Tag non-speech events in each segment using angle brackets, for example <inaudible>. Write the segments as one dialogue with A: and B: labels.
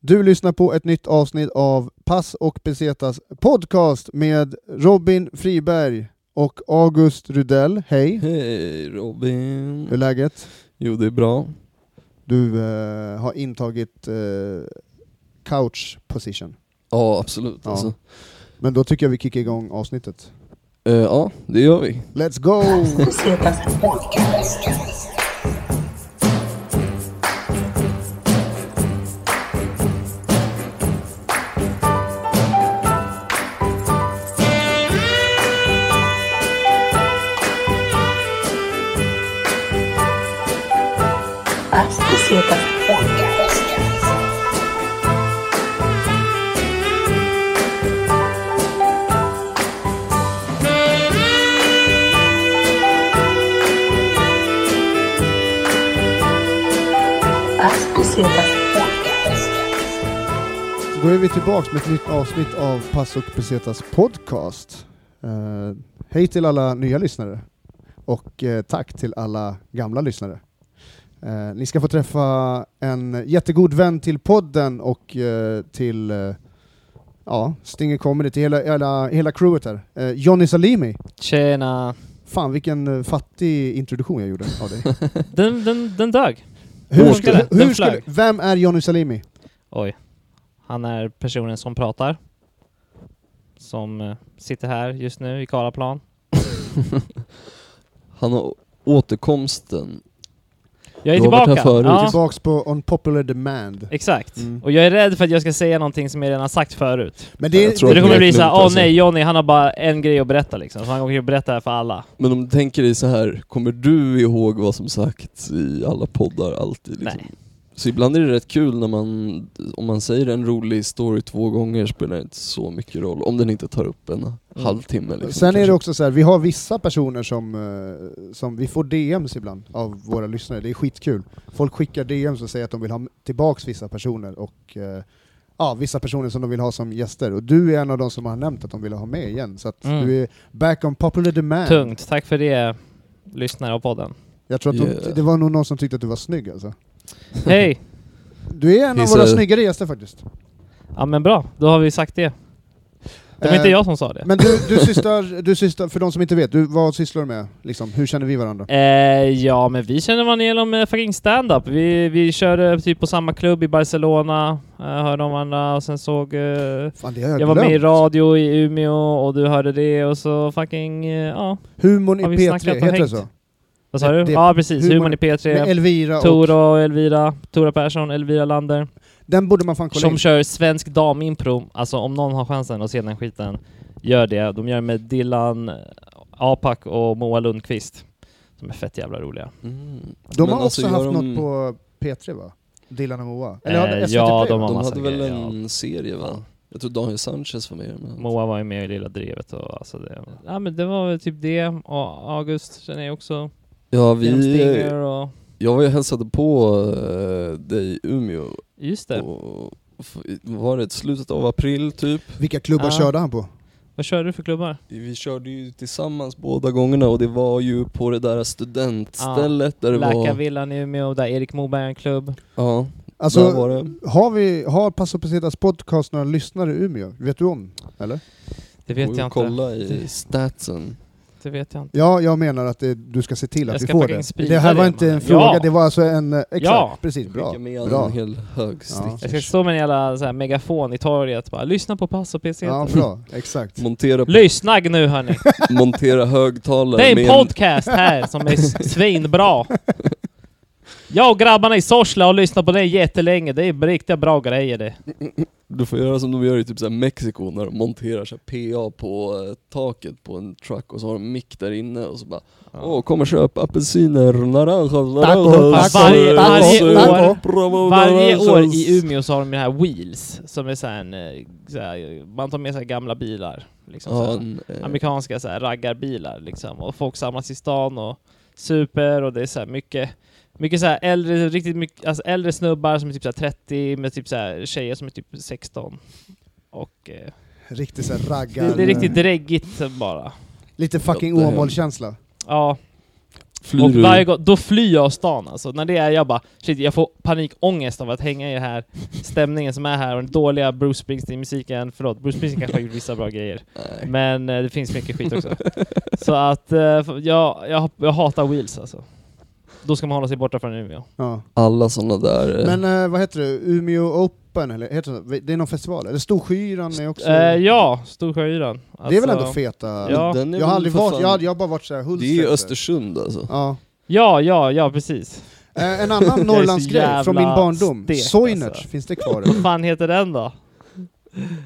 A: Du lyssnar på ett nytt avsnitt av Pass och Pesetas podcast med Robin Friberg och August Rudell. Hej!
B: Hej Robin.
A: Hur är läget?
B: Jo, det är bra.
A: Du eh, har intagit eh, couch position.
B: Ja, absolut.
A: Ja.
B: Ja. Alltså.
A: Men då tycker jag vi kickar igång avsnittet.
B: Eh, ja, det gör vi.
A: Let's go!
C: Hasta ciertas podcast. Hasta ciertas podcast.
A: Så då är vi tillbaks med ett nytt avsnitt av Pass och Pesetas podcast. Eh, hej till alla nya lyssnare och eh, tack till alla gamla lyssnare. Eh, ni ska få träffa en jättegod vän till podden och eh, till eh, ja, Stinger Comedy, till hela, hela, hela crewet här. Eh, Johnny Salimi.
D: Tjena.
A: Fan vilken eh, fattig introduktion jag gjorde av
D: <laughs>
A: dig.
D: Den, den, den dög.
A: hur
D: Den
A: skulle,
D: flög.
A: hur
D: Den
A: skulle,
D: flög.
A: vem är Johnny Salimi?
D: Oj. Han är personen som pratar. Som eh, sitter här just nu i Karlaplan.
B: Han har återkomsten.
D: Jag är
B: Du har varit
D: tillbaka.
B: här förut.
D: Ja,
A: Tillbaks på On Popular Demand.
D: exakt.
A: Mm.
D: Och jag är rädd för att jag ska säga någonting som jag redan sagt förut.
A: Men
B: Jag tror
D: För
B: att
D: det
B: det
D: kommer
B: är
D: bli
B: lugnt,
D: såhär, åh
B: alltså."
D: nej Johnny han har bara en grej att berätta liksom. Så han kommer att berätta det här för alla.
B: Men om du tänker dig så här, kommer du ihåg vad som sagts i alla poddar alltid? Liksom?
D: Nej.
B: Så ibland är det rätt kul när man, om man säger en rolig story två gånger spelar det inte så mycket roll. Om den inte tar upp en halvtimme. Liksom,
A: Mm. Sen är det
B: kanske.
A: också så här, vi har vissa personer som, eh, som vi får DMs ibland av våra lyssnare, det är skitkul. Folk skickar DMs och säger att de vill ha tillbaks vissa personer och eh, ja, vissa personer som de vill ha som gäster. Och du är en av de som har nämnt att de vill ha med igen, så att
D: Mm.
A: du är back on popular demand.
D: Tungt. Tack för det lyssnare av podden.
A: Jag tror att de,
B: Yeah.
A: det var nog någon som tyckte att du var snygg alltså.
D: Hej!
A: Du är en av
B: He's
A: våra
B: a-
A: snyggare gäster faktiskt.
D: Ja men bra, då har vi sagt det. Det var
A: Eh,
D: inte jag som sa det.
A: Men du, du, sysslar, du sysslar, för de som inte vet, du, vad sysslar du med? Liksom, hur känner vi varandra?
D: Eh, ja, men vi känner varandra genom eh, fucking stand-up. Vi, vi körde typ på samma klubb i Barcelona, eh, hörde om varandra och sen såg... Eh,
A: Fan, det har jag,
D: jag var med i
A: glömt.
D: radio i Umeå och du hörde det och så fucking... Eh, ja,
A: Humorn i
D: Har vi
A: P3,
D: snackat och
A: heter det
D: hängt?
A: så?
D: vad sa du?
A: Det-
D: Ja, precis.
A: humor-
D: Humorn i
A: Med
D: P3.
A: Elvira och...
D: Tora och Elvira, Tora Persson, Elvira Lander,
A: Den borde man fan kolla
D: som
A: in.
D: kör svensk damimpro. Alltså om någon har chansen att se den skiten, gör det. De gör det med Dylan eh, Apak och Moa Lundqvist. De är fett jävla roliga.
B: Mm.
A: De
B: Men
A: har
B: alltså,
A: också haft
B: gör de-
A: något på P3 va? Dylan och Moa?
D: Eh,
A: hade SVT
D: ja,
A: Play,
D: de
A: va?
D: har-
B: De
D: massa
B: hade väl
D: grejer,
B: en serie va? Jag tror Daniel Sanchez var med i den. men-
D: Moa var ju med i Lilla Drevet och alltså det, ja, men det var väl typ det, och August känner jag också,
B: Ja,
D: genom
B: vi,
D: Stinger och...
B: jag var ju och hälsade på eh, dig i Umeå
D: Just det,
B: Och f- var det slutet av april typ?
A: Vilka klubbar
D: Ah.
A: körde han på?
D: vad körde du för klubbar?
B: Vi körde ju tillsammans båda gångerna och det var ju på det där studentstället där det var...
D: Läkarvillan i Umeå, där Erik Moberg har en klubb.
B: Ja, där
A: Alltså,
B: var det.
A: har, vi, har Passo Pesetas podcast några lyssnare i Umeå? Vet du om? Eller?
B: Går
D: Det vet
B: ju
D: jag
B: att
D: inte.
B: kolla i statsen.
D: Det vet jag inte.
A: Ja, jag menar att det, du ska se till att
D: Jag
A: vi
D: ska
A: får
D: fucking
A: det.
D: sprida
A: Det här var
D: det,
A: inte en
D: mannen.
A: fråga,
D: Ja.
A: det var alltså en... eh, Exakt,
D: Ja.
A: precis. Bra.
B: Skicka med
A: Bra.
B: en hel hög stickers.
D: Jag ska stå med en jävla så här, megafon i torget bara, lyssna på Pass och PC.
A: Ja, bra. Exakt.
B: Montera,
D: Lyssna
B: <laughs>
D: nu hörni!
B: montera högtalare
D: Det är en
B: med
D: podcast här som är s-
B: <laughs>
D: svinbra! Jag och grabbarna i Sorsla har lyssnat på det jättelänge, det är riktigt bra grejer det.
B: Du får göra som de gör i typ så här Mexiko när de monterar så här PA på eh, taket på en truck och så har de mick där inne och så bara Åh, kom och köp apelsiner, naranjas, naranjas,
D: Varje-
B: eh,
D: varje
B: eh,
D: år-
B: prova
D: Varje
B: naranjas."
D: år i Umeå liksom, så har de den här Wheels, som är så här en, eh, så här, man tar med sig gamla bilar. Liksom, så
B: Ja,
D: här,
B: en, eh,
D: amerikanska så här, raggarbilar liksom, och folk samlas i stan och super och det är så här mycket mycket så här äldre, riktigt mycket, alltså äldre snubbar som är typ så här 30 med typ så här tjejer som är typ 16. Och, eh,
A: Riktigt såhär
D: det,
A: raggar...
D: det är riktigt reggigt bara.
A: Lite fucking
B: Ja, det är-
A: Åmål-känsla.
D: Ja,
B: Flyr
D: och
B: du?
D: varje gång, då flyr jag av stan alltså. När det är jag bara, shit jag får panikångest av att hänga i den här stämningen som är här och den dåliga Bruce Springsteen-musiken. Förlåt, Bruce Springsteen kanske har gjort vissa bra grejer.
B: Nej.
D: Men eh, det finns mycket
A: <laughs>
D: skit också. Så att eh, jag, jag, jag hatar Wheels alltså. Då ska man hålla sig borta från Umeå.
A: Ja.
B: Alla sådana där... eh,
A: Men eh, vad heter det? Umeå Open, eller heter det Det är någon festival? Eller Storskyran är också...
D: Eh, ja, Storsjöyran.
A: det är väl
D: Alltså,
A: ändå feta...
D: Ja.
B: den är
A: Jag har
B: väl
A: aldrig
B: för
A: varit,
B: fan-
A: jag, har- jag har bara varit såhär
B: Det är ju
A: Hultsfred.
B: Östersund alltså.
A: Ja.
D: Ja, ja, ja precis.
A: Eh,
D: <laughs>
A: en annan
D: så
A: Norrlandsgrej från min
D: jävla
A: barndom,
D: stek,
A: Soinerts,
D: alltså.
A: finns det kvar?
D: Vad <laughs> fan heter den då?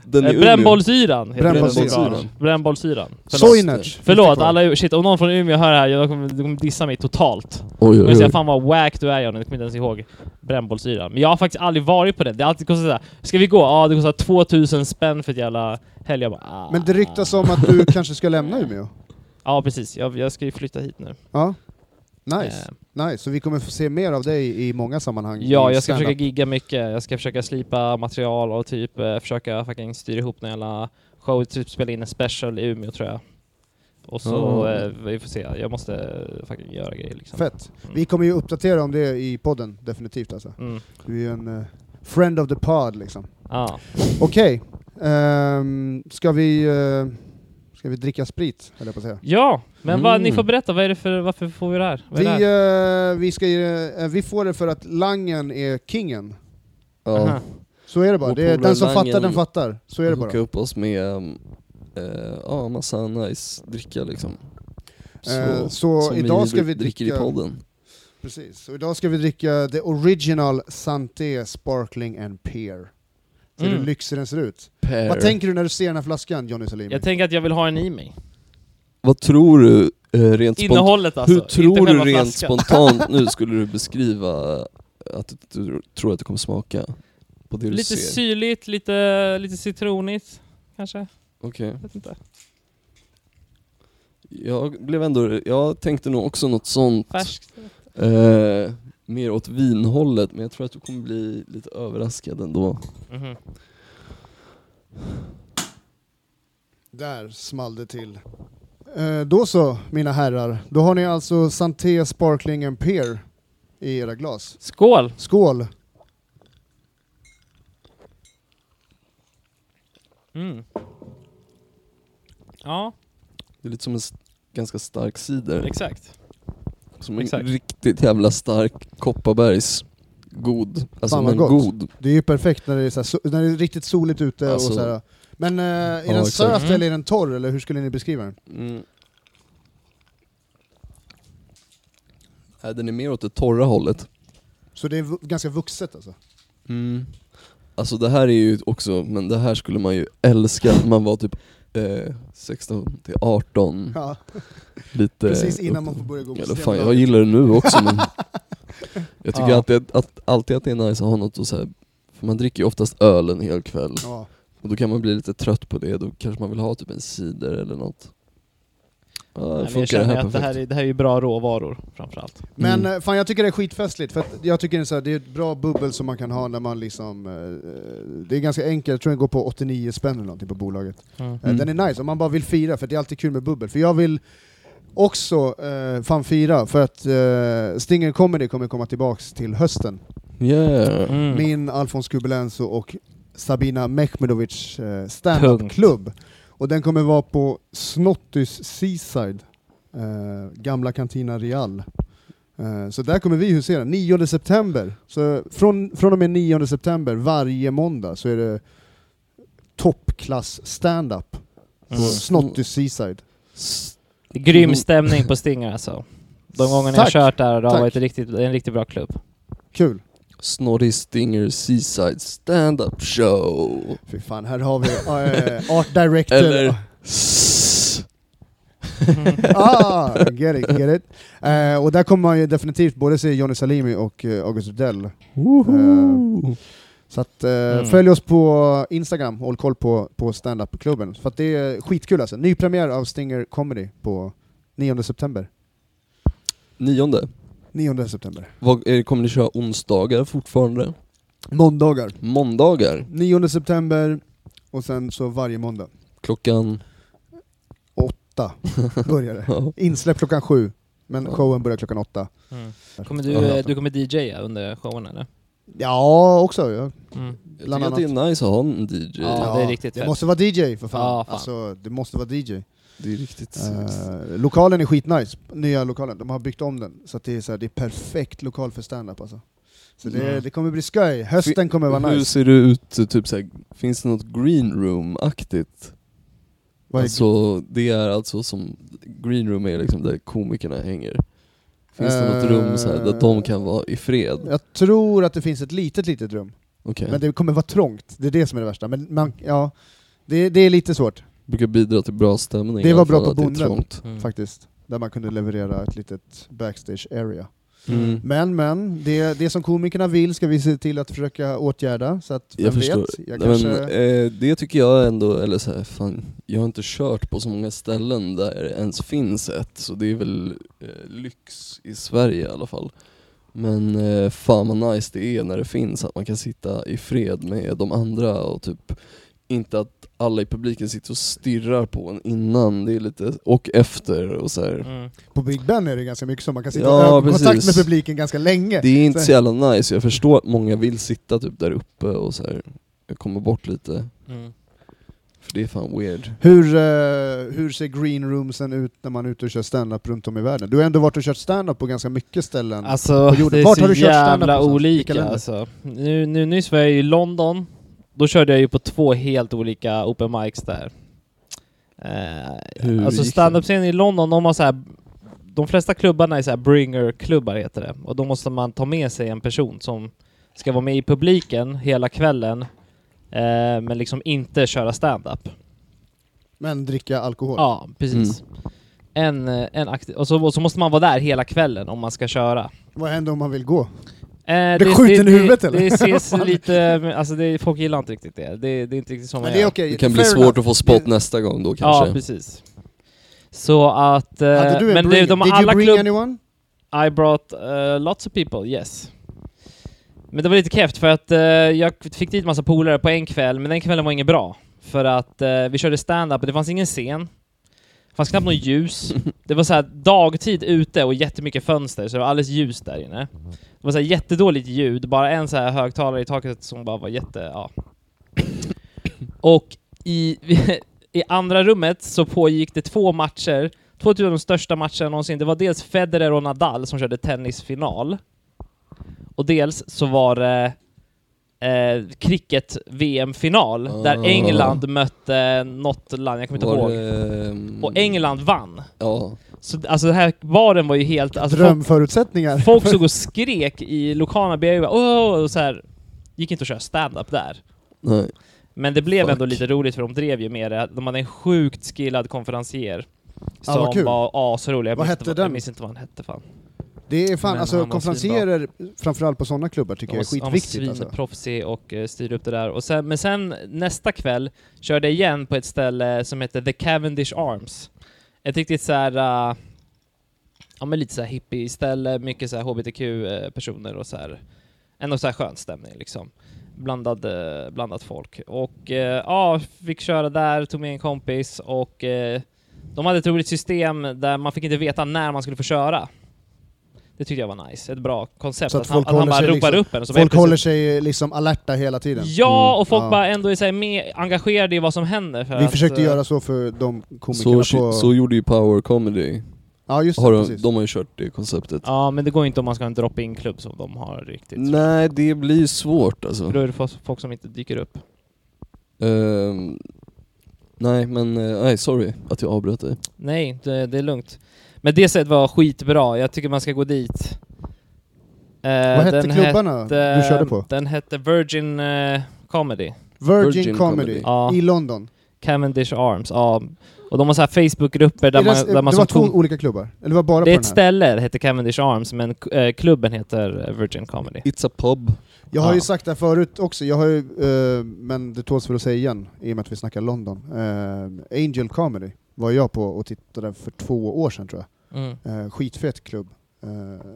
B: Den
D: Eh,
B: är
D: Brännbollsyran heter
A: Brännbollsyran.
D: den. Brännbollsyran.
A: Soinerts!
D: Förlåt, alla, shit, om någon från Umeå hör det här, jag kommer, de kommer dissa mig totalt.
B: Oj,
D: De
B: oj,
D: kommer säga
B: oj.
D: fan vad wack du är Johnny, jag kommer inte ens ihåg brännbollsyran. Men jag har faktiskt aldrig varit på det. Det har alltid kostat såhär, ska vi gå? Ja, det kostar 2000 spänn för ett jävla helg. Jag bara, ah.
A: Men det ryktas om att
D: <laughs>
A: du kanske ska lämna Umeå?
D: Ja precis, jag, jag ska ju flytta hit nu.
A: Ja. Nice.
D: Eh,
A: Nice, så vi kommer få se mer av dig i många sammanhang.
D: ja,
A: i
D: jag ska
A: stand-up.
D: försöka gigga mycket, jag ska försöka slipa material och typ eh, försöka fucking styra ihop en jävla show, typ spela in en special i Umeå tror jag. Och så,
B: Ja.
D: eh, vi får se, jag måste eh, fucking göra grejer liksom.
A: Oh. Fett. Vi kommer ju uppdatera om det i podden, definitivt alltså.
D: Mm.
A: Du är ju en eh, friend of the pod liksom.
D: Ja.
A: Okej, Ehm, ska vi... eh, ska vi dricka sprit, höll jag på att säga.
D: Ja, men vad,
B: Mm.
D: ni får berätta, vad är det för, varför får vi det här? Vad är
A: Vi,
D: det här?
A: eh, vi, ska, ge- eh, vi får det för att langen är kingen.
B: Ja.
A: eh,
D: Aha.
A: Så är det bara.
B: Och
A: Det är
B: polare
A: den som
B: Langen-
A: fattar, den fattar. Så är det bara.
B: Hooka upp oss med um, eh, ja, massa nice dricka liksom. Så,
A: Eh, så
B: som
A: idag ska vi
B: dricker
A: dricka-
B: i podden.
A: Precis. Så idag ska vi dricka the original Santé Sparkling and Pear. Ser du
D: Mm.
A: hur lyxig den ser ut?
B: Pear.
A: Vad tänker du när du ser den här flaskan, Johnny Salimi?
D: Jag tänker att jag vill ha en i mig.
B: Vad tror du eh, rent spontant?
D: Innehållet alltså,
B: Hur tror
D: inte
B: du
D: själva
B: rent
D: flaskan. <laughs>
B: spontant nu skulle du beskriva att du, du tror att det kommer smaka? På det du
D: Lite
B: ser?
D: syrligt, lite, lite citronigt kanske?
B: Okej.
D: Vet inte.
B: Jag blev ändå, jag tänkte nog också något sånt
D: Färskt?
B: eh, mer åt vinhållet, men jag tror att du kommer bli lite överraskad ändå.
D: Mhm.
A: Där small det till. Eh, då så, mina herrar. Då har ni alltså Santé Sparkling and Pear i era glas.
D: Skål!
A: Skål!
D: Mm. Ja,
B: Det är lite som en s- ganska stark cider.
D: exakt.
B: Som en
D: Exakt.
B: riktigt jävla stark Kopparbergs god. Alltså
A: Fan vad
B: men
A: gott.
B: god.
A: Det är ju perfekt när det är, så här, so- när det är riktigt soligt ute
B: Alltså-
A: och så här. Men eh, är
B: Ja,
A: den
B: exakt.
A: söt
D: Mm.
A: eller är den torr, eller hur skulle ni beskriva den?
B: Mm. Nej, Äh, den är mer åt det torra hållet.
A: Så det är vu- ganska vuxet alltså? <laughs>
B: Alltså det här är ju också, men det här skulle man ju älska när man var typ eh, 16 till 18.
A: Ja,
B: Lite
A: precis innan
B: upp-
A: man får börja gå på
B: Eller fan,
A: Systembolaget.
B: jag gillar det nu också
A: <laughs>
B: men Jag tycker
D: Ja.
B: alltid, att, att, alltid att det är nice att ha något att så här, för man dricker ju oftast öl en hel kväll
A: Ja.
B: och då kan man bli lite trött på det, då kanske man vill ha typ en cider eller något. Ja,
D: Nej, men jag
B: funkar det
D: känner
B: här
D: att
B: perfekt?
D: det här, är, det här är ju bra råvaror framförallt.
A: Men
B: Mm.
A: eh, fan jag tycker det är skitfestligt, för att jag tycker det är, så här, det är ett bra bubbel som man kan ha när man liksom... eh, Det är ganska enkelt, jag tror den går på 89 spänn eller någonting på bolaget. Eh,
B: Mm.
A: Den är nice om man bara vill fira, för det är alltid kul med bubbel. För jag vill också eh, fan fira, för att eh, Stinger Comedy kommer komma tillbaks till hösten.
B: Yeah!
D: Mm.
A: Min Alfons Kubelenso och Sabina Mehmedovic eh, standup-klubb. Och den kommer vara på Snottys Seaside, eh, gamla Cantina Real. Eh, så där kommer vi husera, 9 september. Så från, från och med 9 september varje måndag så är det toppklass standup på
D: Mm.
A: Snottys Seaside.
B: S-
D: Grym stämning på Stinger alltså. De gångerna jag
A: Tack.
D: kört där har det
A: Tack.
D: har varit riktigt, en riktigt bra klubb.
A: Kul!
B: Snorri Stinger Seaside Stand-Up Show!
A: Fy fan, här har vi eh,
D: <laughs>
A: Art Director.
B: Eller S-
A: ah, get it, get it. Eh, och där kommer man ju definitivt både se Johnny Salimi och eh, August Rudell.
B: Woho!
A: Så att, eh,
D: Mm.
A: följ oss på Instagram och håll koll på, på standup-klubben. För att det är skitkul alltså. Ny premiär av Stinger Comedy på 9 september.
B: Nionde,
A: 9 september.
B: Vad, är, kommer ni köra onsdagar fortfarande?
A: Måndagar.
B: Måndagar?
A: 9 september och sen så varje måndag.
B: Klockan... <laughs>
A: Åtta börjar det. Insläpp klockan sju. Men
B: Ja.
A: showen börjar klockan åtta.
D: Mm. <laughs> Kommer du,
B: Ja,
D: eh,
B: ja.
D: du kommer DJa under showen eller?
A: Ja, också. Ja.
D: Mm.
B: Jag
A: Bland
B: tycker att det är nice att ha en DJ.
D: Ja. det är riktigt
A: Det
D: fett.
A: måste vara DJ för fan.
D: Ja, fan.
A: Alltså, det måste vara DJ.
B: Det är riktigt sexigt.
A: Eh, lokalen är skitnice, nya lokalen. De har byggt om den, så att det är, så här, det är perfekt lokal för stand-up alltså. Så det,
D: Mm.
A: det kommer bli sköj, hösten kommer vara
B: Hur
A: nice.
B: ser det ut, typ såhär, finns det något green room-aktigt?
A: Vad är-
B: Alltså, det är alltså som, green room är liksom där komikerna hänger. Finns det något
A: Eh,
B: rum så här där de kan vara i fred?
A: Jag tror att det finns ett litet, litet rum.
B: Okej.
A: Men det kommer vara trångt, det är det som är det värsta. Men man, ja, det, det är lite svårt
B: Brukar bidra till bra stämning.
A: Det
B: i
A: var
B: alla
A: bra
B: fall
A: på
B: att det är
A: bonden.
B: trångt.
D: Mm.
A: faktiskt. Där man kunde leverera ett litet backstage area.
B: Mm.
A: Men, men, det, det som komikerna vill ska vi se till att försöka åtgärda. Så att,
B: Jag
A: vem
B: förstår.
A: Vet, jag
B: Nej,
A: kanske...
B: men, eh, det tycker jag ändå, eller så här, fan, jag har inte kört på så många ställen där det ens finns ett, så det är väl eh, lyx i Sverige i alla fall. Men eh, fan vad nice det är när det finns, att man kan sitta i fred med de andra och typ inte att alla i publiken sitter och stirrar på en innan, det är lite, och efter och så här.
D: Mm.
A: På Big Ben är det ganska mycket så, man kan sitta
B: Ja,
A: i ögonkontakt med
B: precis.
A: publiken ganska länge.
B: Det är inte
A: Så-
B: så jävla nice, jag förstår att många vill sitta typ där uppe och så här komma bort lite,
D: Mm.
B: för det är fan weird.
A: Hur, eh, hur ser green roomsen ut när man är ute och kör stand-up runt om i världen? Du har ändå varit och kört stand-up på ganska mycket ställen.
D: Alltså
A: På jorden.
D: det är
A: Vart
D: så
A: har du kört standup
D: jävla
A: någonstans? Vilka
D: olika
A: länder?
D: alltså. Nu, nu nyss var jag i London, då körde jag ju på två helt olika open mics där. Eh,
B: Hur
D: alltså
B: gick det?
D: standup-scenen i London, de har så här, de flesta klubbarna är så här bringer-klubbar heter det, och då måste man ta med sig en person som ska vara med i publiken hela kvällen, eh, men liksom inte köra stand-up.
A: Men dricka alkohol.
D: Ja, precis.
A: Mm.
D: En, eh, en aktiv, och, så, och så måste man vara där hela kvällen om man ska köra.
A: Vad händer om man vill gå?
D: Eh,
A: Blir skjuten i huvudet, eller? <laughs>
D: Det ses lite, men alltså det, folk gillar inte riktigt det. Det, det är inte riktigt som
A: Men
D: man
A: det är
D: gör.
A: okej.
B: Det kan bli
A: fair
B: svårt
A: enough.
B: att få spot nästa gång då
D: Ja,
B: kanske.
D: precis. Så att... eh,
A: Hade du en
D: men
A: bring?
D: det, de har
A: Did
D: alla
A: you bring
D: klubb...
A: anyone?
D: I brought eh, lots of people, yes. Men det var lite kräft för att eh, jag fick dit massa polare på en kväll, men den kvällen var ingen bra. För att eh, vi körde stand-up och det fanns ingen scen. Det fanns knappt något ljus. Det var så här dagtid ute och jättemycket fönster, så det var alldeles ljus där inne. Det var så här jättedåligt ljud, bara en så här högtalare i taket som bara var jätte... Ja. Och i, <laughs> i andra rummet så pågick det två matcher Två av de största matcherna någonsin, det var dels Federer och Nadal som körde tennisfinal. Och dels så var det eh, cricket-VM-final, där
B: Ah.
D: England mötte något land, jag kommer inte
B: Var
D: ihåg.
B: det, ehm,
D: Och England vann.
B: Ja,
D: Så alltså den här baren var ju helt... Alltså, folk,
A: Drömförutsättningar. <laughs>
D: folk såg och skrek i lokala bjällror, åh, och så här. Gick inte att köra stand-up där.
B: nej.
D: Men det blev
B: Fuck.
D: ändå lite roligt för de drev ju med det. De hade en sjukt skillad konferencier.
A: Ah,
D: Som
A: vad kul.
D: var asrolig. Jag
A: Vad
D: minns
A: hette
D: inte vad-
A: den?
D: Jag minns inte vad han hette fan.
A: det är fan,
D: Men
A: alltså
D: han var
A: konferenserer, framförallt på sådana klubbar, tycker
D: Han
A: jag är
D: var-
A: skitviktigt.
D: Han var
A: Alltså.
D: svinproffsig och eh, styrde upp det där. Och sen, men sen nästa kväll körde jag igen på ett ställe som heter The Cavendish Arms. Ett riktigt så här, eh, ja men lite så här hippie-ställe, mycket så här hbtq-personer och så här. Ändå så här skön stämning liksom. Blandad, eh, blandat folk. Och eh, ja, fick köra där, tog med en kompis och eh, de hade ett roligt system där man fick inte veta när man skulle få köra. Det tyckte jag var nice, ett bra koncept.
A: Så
D: Så
A: att
D: att, han,
A: folk
D: att han
A: håller
D: bara
A: sig
D: ropar
A: liksom-
D: upp en. Och så
A: Folk
D: bara-
A: håller sig liksom alerta hela tiden.
D: Ja, och folk
A: Ja.
D: bara ändå är så här med, engagerade i vad som händer. För
A: Vi
D: att,
A: försökte
D: eh,
A: göra så för de
B: Så,
A: komikerna på...
B: så gjorde ju Power Comedy.
A: ja, just det,
B: Har de,
A: precis.
B: de har ju kört det konceptet.
D: Ja, men det går inte om man ska ha en drop-in-klubb som de har riktigt.
B: Nej, det blir ju svårt alltså.
D: För då är det fo- folk som inte dyker upp.
B: Ehm, nej, men eh, nej, sorry att jag avbröt dig.
D: Nej, det, det är lugnt. Men det sättet var skitbra, jag tycker man ska gå dit. Eh,
A: Vad hette
D: den
A: klubbarna
D: hette-
A: du körde på?
D: Den hette Virgin eh, Comedy,
A: Virgin,
B: Virgin
A: Comedy,
B: Comedy.
D: Ja.
A: i London.
D: Cavendish Arms, ja. Och de har så här Facebookgrupper där
A: Är
D: man,
A: det,
D: där man
A: det var
D: som
A: två
D: kom-
A: olika klubbar? Eller det var bara
D: Det är
A: på
D: ett
A: den här?
D: ställe, det heter Cavendish Arms, men k- eh, klubben heter eh, Virgin Comedy.
B: It's a pub.
A: Jag har ju
D: Ja.
A: sagt det här förut också, jag har ju, eh, men det tåls för att säga igen, i och med att vi snackar London. Eh, Angel Comedy var jag på och tittade för två år sedan tror
D: Mm.
A: jag. Eh, skitfet klubb. Eh,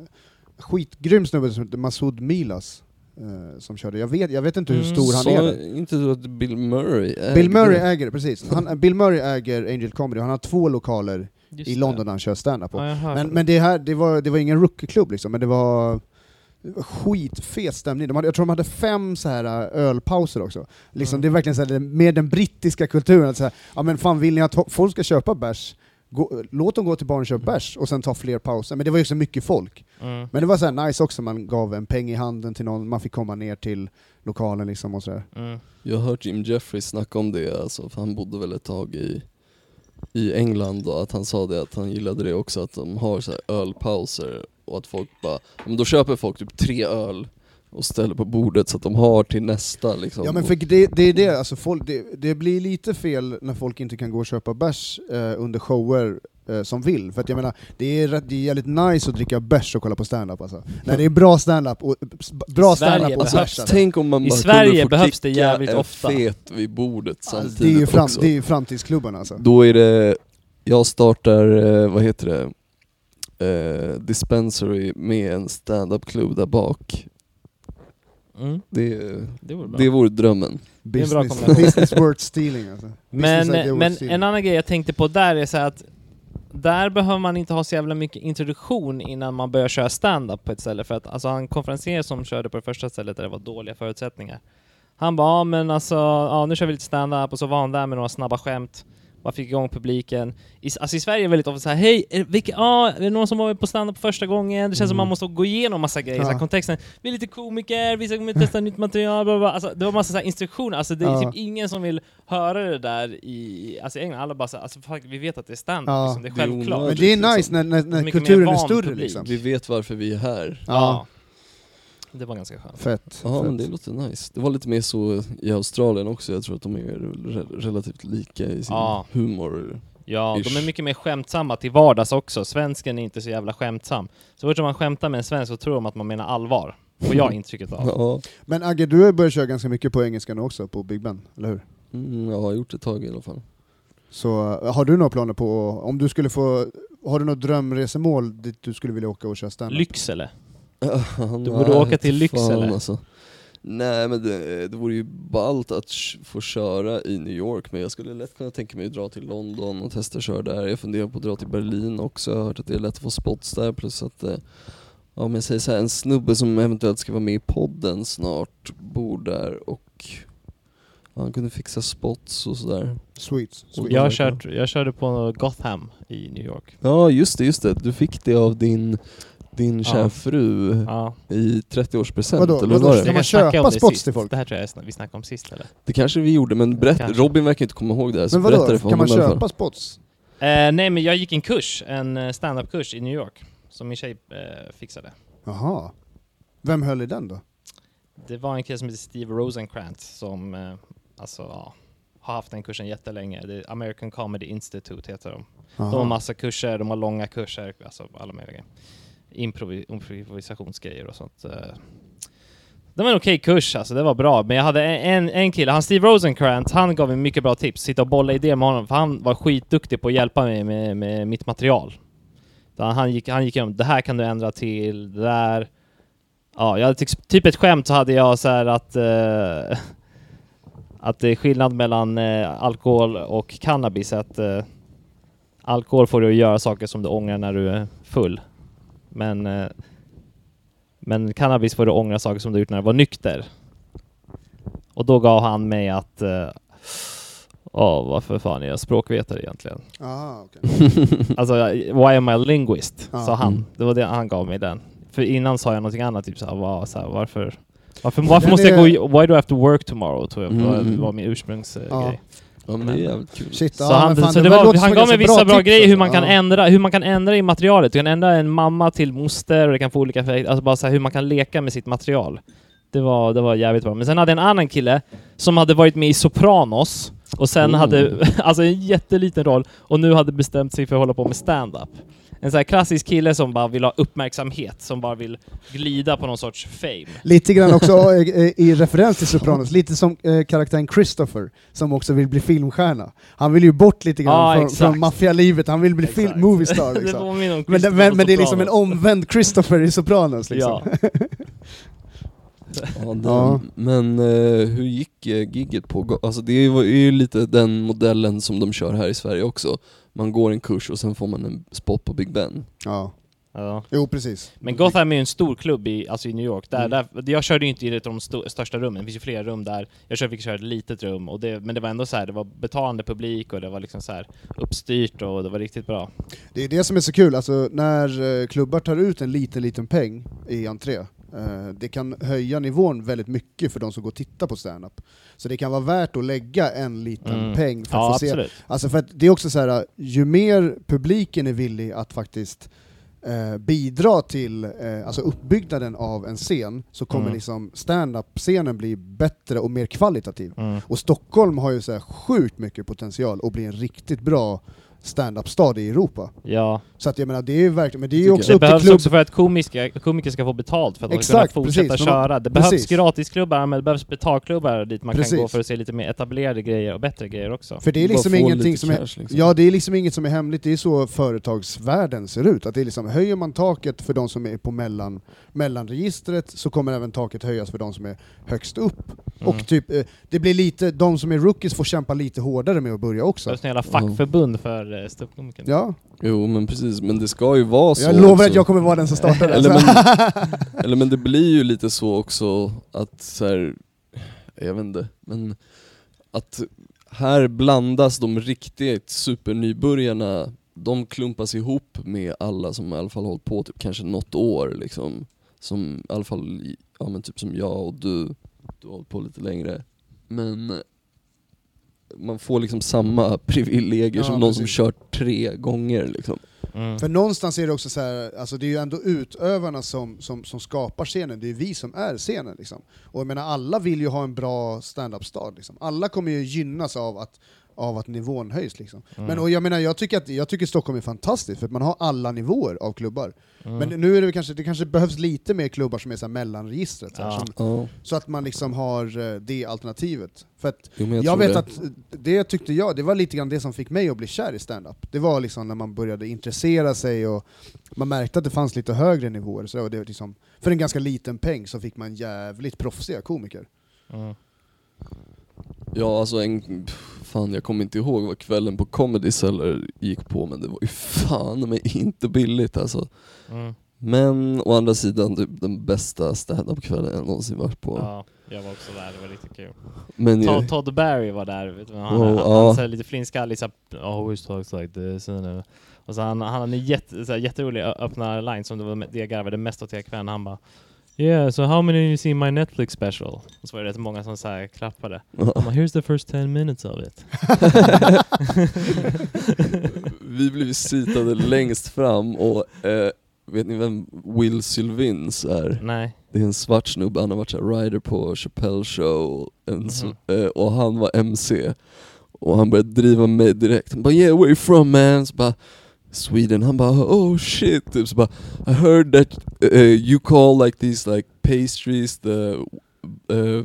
A: skitgrym snubbe som heter Masoud Milas eh, som körde. Jag vet, jag vet inte hur
D: Mm,
A: stor han är.
B: Sa
A: där.
B: inte du att Bill Murray ägde
A: Bill Murray
B: det?
A: äger, precis. Han, Bill Murray äger Angel Comedy, han har två lokaler
D: Just
A: i
D: det.
A: London när han kör stand-up. Och-
D: Ja, jag hör
A: Men,
D: det.
A: men det, här, det, var, det var ingen rookie-klubb liksom, men det var det var skitfet stämning. De hade, jag tror de hade fem så här äh, ölpauser också. Liksom,
D: Mm.
A: Det är verkligen så här, det- mer den brittiska kulturen. Att så här, ja, men fan, vill ni att ho- folk ska köpa bärs, gå, låt dem gå till baren och köpa bärs och sen ta fler pauser. Men det var ju så mycket folk.
D: Mm.
A: Men det var så här nice också, man gav en peng i handen till någon, man fick komma ner till lokalen liksom och så där.
D: Mm.
B: Jag har hört Jim Jeffries snacka om det, alltså, för han bodde väl ett tag i, i England och att han sa det att han gillade det också att de har så här ölpauser och att folk bara, "Ja, men då köper folk typ tre öl och ställer på bordet så att de har till nästa liksom.
A: Ja men för det, det är det, alltså folk, det, det blir lite fel när folk inte kan gå och köpa bärs eh, under shower eh, som vill, för att jag menar, det är, rätt- det är jävligt nice att dricka bärs och kolla på stand-up alltså. Nej det är bra stand-up och, s- bra
D: Sverige
A: stand-up och
D: behövs
A: bärs
B: alltså,
A: alltså.
B: tänk om man
D: I
B: bara
D: Sverige
B: kunde få
D: behövs det
B: kicka
D: jävligt
B: en
D: ofta.
B: fet vid bordet samtidigt
A: Alltså, Det är ju fram,
B: också.
A: det är ju framtidsklubben alltså.
B: Då är det, jag startar, eh, vad heter det, eh, dispensary med en stand-up-klubb där bak.
D: Mm.
B: Det, är-
D: Det vore bra.
B: det vore drömmen.
D: är en bra
A: Business,
D: kombination.
A: business worth stealing alltså. Business idea
D: Men,
A: worth
D: men
A: stealing.
D: en annan grej jag tänkte på där är så här att där behöver man inte ha så jävla mycket introduktion innan man börjar köra stand-up på ett ställe. För att alltså, han konferenser som körde på det första stället där det var dåliga förutsättningar. Han bara, ja men alltså, ja nu kör vi lite stand-up och så var han där med några snabba skämt. Bara fick igång publiken. I, alltså i Sverige är det väldigt ofta såhär, hej, är, vilka, ja, är det någon som var på stand-up första gången? Det känns som man måste gå igenom massa grejer,
A: Mm. Ja.
D: så här, kontexten. Vi är lite komiker, vi ska kommer testa nytt material, bla, bla, bla. Alltså, det var massa så här instruktioner, alltså det är
A: Ja.
D: typ ingen som vill höra det där i, alltså i England, alla bara såhär, alltså fuck, vi vet att det är stand-up,
A: Ja.
D: liksom. det är
B: Det är
D: självklart.
A: Men
B: onödigt.
A: det är nice när, när, när
D: Liksom, Mycket mer
A: kulturen är
D: van
A: större
D: publik.
A: liksom.
B: Vi vet varför vi är här.
A: Ja,
D: Det var ganska skönt.
A: fett.
B: Ja men det
A: fett.
B: låter nice. Det var lite mer så i Australien också, jag tror att de är re- relativt lika i sin
D: Ja.
B: humor.
D: Ja,
B: Ish.
D: de är mycket mer skämtsamma till vardags också. Svensken är inte så jävla skämtsam. Så fort man skämtar med en svensk så tror de att man menar allvar. Får jag
A: <laughs>
D: intrycket av.
B: Ja,
A: Men Agge, du har börjat köra ganska mycket på engelska nu också, på Big Ben, eller hur?
B: mm, jag har gjort ett tag i alla fall.
A: Så eh, har du några planer på, om du skulle få, har du något drömresemål dit du skulle vilja åka och köra standup?
D: Lycksele.
B: du
D: borde åka till Lycksele.
B: Alltså. Nej men det, det vore ju ballt att sh- få köra i New York men jag skulle lätt kunna tänka mig att dra till London och testa att köra där. Jag funderar på att dra till Berlin också, jag har hört att det är lätt att få spots där plus att eh, ja, om jag säger så här, en snubbe som eventuellt ska vara med i podden snart bor där och ja, han kunde fixa spots och sådär.
A: Sweet. sweet.
D: Jag, har kört, jag körde på Gotham i New York.
B: Ja just det, just det. Du fick det av din, din kära
D: Ja.
B: fru
D: Ja.
B: i 30-årspresent
A: Vadå,
B: eller hur
A: vadå?
B: var det?
A: Ska
D: Jag
A: man
D: kan snacka
A: köpa
D: om det
A: spots
D: sist.
A: till folk?
D: Det här tror jag sn- vi snackade om sist eller?
B: Det kanske vi gjorde, men berätt,
D: Kanske.
B: Robin verkar inte komma ihåg det här, så
A: Men
B: berätta
A: vadå,
B: det för
A: kan
B: honom
A: man
B: i alla fall.
A: köpa spots?
D: Eh, nej men jag gick en kurs, en eh, stand-up-kurs i New York. Som min tjej eh, fixade.
A: Jaha. Vem höll i den då?
D: Det var en kille som heter Steve Rosenkrantz som eh, alltså, ja, har haft den kursen jättelänge. Det är American Comedy Institute heter de. De har
A: Jaha.
D: massa kurser, de har långa kurser, alltså alla möjliga grejer. Improvi- improvisationsgrejer och sånt. eh. Det var en okej kurs alltså, det var bra. Men jag hade en, en kille, han Steve Rosenkrantz, han gav mig mycket bra tips. Sitta och bolla idéer med honom, för han var skitduktig på att hjälpa mig med, med mitt material. Så Han gick, han gick igenom, det här kan du ändra till, det där. Ja, jag hade typ, typ ett skämt så hade jag så här att... eh, <laughs> att det är skillnad mellan eh, alkohol och cannabis. Att eh, alkohol får dig att göra saker som du ångrar när du är full. Men, eh, men cannabis får du ångra saker som du gjort när du var nykter. Och då gav han mig att... eh, Ja, varför fan är jag språkvetare
A: <laughs>
D: egentligen?
A: Jaha, Ah, okej.
D: Alltså, why am I a linguist?
A: Ja.
D: Sa han.
B: Mm.
D: Det var det han gav mig den. För innan sa jag någonting annat, typ såhär, va, så här, varför, varför, varför
A: Den
D: måste
A: är-
D: jag gå, why do I have to work tomorrow? Tror jag
B: Mm,
D: var,
B: mm.
D: var min ursprungsgrej.
A: Ja.
B: Ja, men det är jävligt kul.
A: Shit,
D: Så
A: ja,
D: han,
A: men fan,
D: så det
A: där
D: var,
A: låter
D: han
A: som
D: gav mig
A: ganska
D: vissa bra
A: tips,
D: grejer hur
A: alltså.
D: man, kan
A: Ja.
D: ändra, hur man kan ändra i materialet. Du kan ändra en mamma till moster och det kan få olika effekter. Alltså bara så här, hur man kan leka med sitt material. Det var, det var jävligt bra. Men sen hade jag en annan kille som hade varit med i Sopranos och sen
B: Mm.
D: hade, <laughs> alltså en jätteliten roll, och nu hade bestämt sig för att hålla på med stand-up. En sån här klassisk kille som bara vill ha uppmärksamhet, som bara vill glida på någon sorts fame.
A: Lite grann också eh, eh, i referens till Sopranos, lite som eh, karaktären Christopher som också vill bli filmstjärna. Han vill ju bort lite grann
D: Ja,
A: från,
D: exakt.
A: från maffialivet, han vill bli
D: Exakt.
A: film, movie star
D: <laughs> Det
A: liksom.
D: påminner om
A: men, det,
D: Christopher
A: men, men det är liksom en
D: Sopranos.
A: omvänd Christopher i Sopranos liksom.
D: Ja.
B: Ja, den.
A: Ja.
B: Men eh, hur gick eh, gigget på? Go- Alltså det var ju lite den modellen som de kör här i Sverige också. Man går en kurs och sen får man en spot på Big Ben.
A: Ja. <laughs>
D: Ja.
A: Jo, precis.
D: Men Gotham är ju en stor klubb i, alltså i New York. Där,
B: Mm.
D: där, jag körde ju inte i ett av de sto- största rummen, det finns ju flera rum där. Jag körde, fick köra ett litet rum, och det, men det var ändå så här, det var betalande publik och det var liksom så här uppstyrt och det var riktigt bra.
A: Det är det som är så kul, alltså när eh, klubbar tar ut en liten, liten peng i entré, eh, det kan höja nivån väldigt mycket för de som går och tittar på stand-up. Så det kan vara värt att lägga en liten
D: Mm.
A: peng för att
D: Ja,
A: få se
D: absolut.
A: Alltså för att det är också så här, ju mer publiken är villig att faktiskt eh, bidra till eh, alltså uppbyggnaden av en scen, så kommer
D: Mm.
A: liksom stand-up-scenen bli bättre och mer kvalitativ.
D: Mm.
A: Och Stockholm har ju så här sjukt mycket potential att bli en riktigt bra stand-up-stad i Europa.
D: Ja.
A: Så att jag menar, det är ju verkligen, men det är ju
B: Tycker
A: också
D: Det
A: upp till
D: behövs
A: klubb...
D: också för att komiska, komiker ska få betalt för att de
A: Exakt,
D: ska kunna fortsätta
A: precis, men man-
D: köra. Det behövs
A: precis.
D: gratisklubbar, men det behövs betalklubbar dit man kan
A: Precis.
D: gå för att se lite mer etablerade grejer och bättre grejer också.
A: För det är
B: Bara
A: liksom
B: få
A: ingenting
B: lite
A: som är...
B: cash, liksom.
A: Ja, det är liksom inget som är hemligt, det är så företagsvärlden ser ut. Att det är liksom, höjer man taket för de som är på mellan, mellanregistret så kommer även taket höjas för de som är högst upp.
D: Mm.
A: Och typ, eh, det blir lite, de som är rookies får kämpa lite hårdare med att börja
D: Det
A: också.
D: behövs en jävla fackförbund för eh, ståuppkomiker.
A: Ja,
B: Jo men precis, men det ska ju vara så
A: jag lovar
B: också.
A: att jag kommer vara den som
B: <laughs>
A: startar det.
B: Eller
A: Så- <laughs>
B: Eller men det blir ju lite så också att så här, jag vet inte, men att här blandas de riktigt supernybörjarna, de klumpas ihop med alla som i alla fall hållit på typ kanske något år liksom. Som i alla fall, i- ja men typ som jag och du, du har hållit på lite längre. Men man får liksom samma privilegier
A: Ja,
B: som någon
A: precis.
B: som kört tre gånger liksom.
D: Mm.
A: För någonstans är det också så här, alltså det är ju ändå utövarna som, som, som skapar scenen, det är ju vi som är scenen. Liksom. Och jag menar, alla vill ju ha en bra standup-stad. Liksom. Alla kommer ju gynnas av att, av att nivån höjs. Liksom.
D: Mm.
A: Men, och jag, menar, jag, tycker att, jag tycker Stockholm är fantastiskt, för att man har alla nivåer av klubbar.
D: Mm.
A: Men nu är det väl kanske, det kanske behövs lite mer klubbar som är så här mellanregistret, så, här,
D: Ja.
A: som,
B: Ja,
A: så att man liksom har eh, det alternativet. För att
B: jo, men
A: jag,
B: jag, tror
A: vet
B: det.
A: att det tyckte jag, det var lite grann det som fick mig att bli kär i stand-up. Det var liksom när man började intressera sig och man märkte att det fanns lite högre nivåer. Så och det var liksom, för en ganska liten peng så fick man jävligt proffsiga komiker.
D: Mm.
B: Ja, alltså en... pff, Fan, jag kommer inte ihåg vad kvällen på Comedy Cellar gick på, men det var ju fan men inte billigt alltså.
D: Mm.
B: Men å andra sidan typ den bästa standup-kvällen jag någonsin varit på.
D: Ja, jag var också där, det var riktigt kul.
B: Men ju, <laughs>
D: Todd, Todd Barry var där, vet du, han,
B: Wow,
D: han,
B: Oh, ja.
D: han så här liksom, oh, lite flintskallig såhär, I always talks like this. you know." Och så han, han hade en jätte, så här, jätterolig ö- öppna line som det, var, det jag garvade mest åt hela kvällen. Han bara Yeah, so how many you seen my Netflix special? Och så var det rätt många som så här klappade. Han bara, Here's the first 10 minutes of it.
B: <laughs> vi blev ju sitade längst fram och eh, vet ni vem Will Sylvins är?
D: Nej.
B: Det är en svart snubbe, han har varit så här rider på Chappelle show en, så-
D: Mhm.
B: eh, och han var MC. Och han började driva mig direkt. Han bara 'Yeah, where you from man?' Så bara, Sweden. Han bara 'Oh shit' typ. Så bara, 'I heard that eh, you call like these like pastries the eh,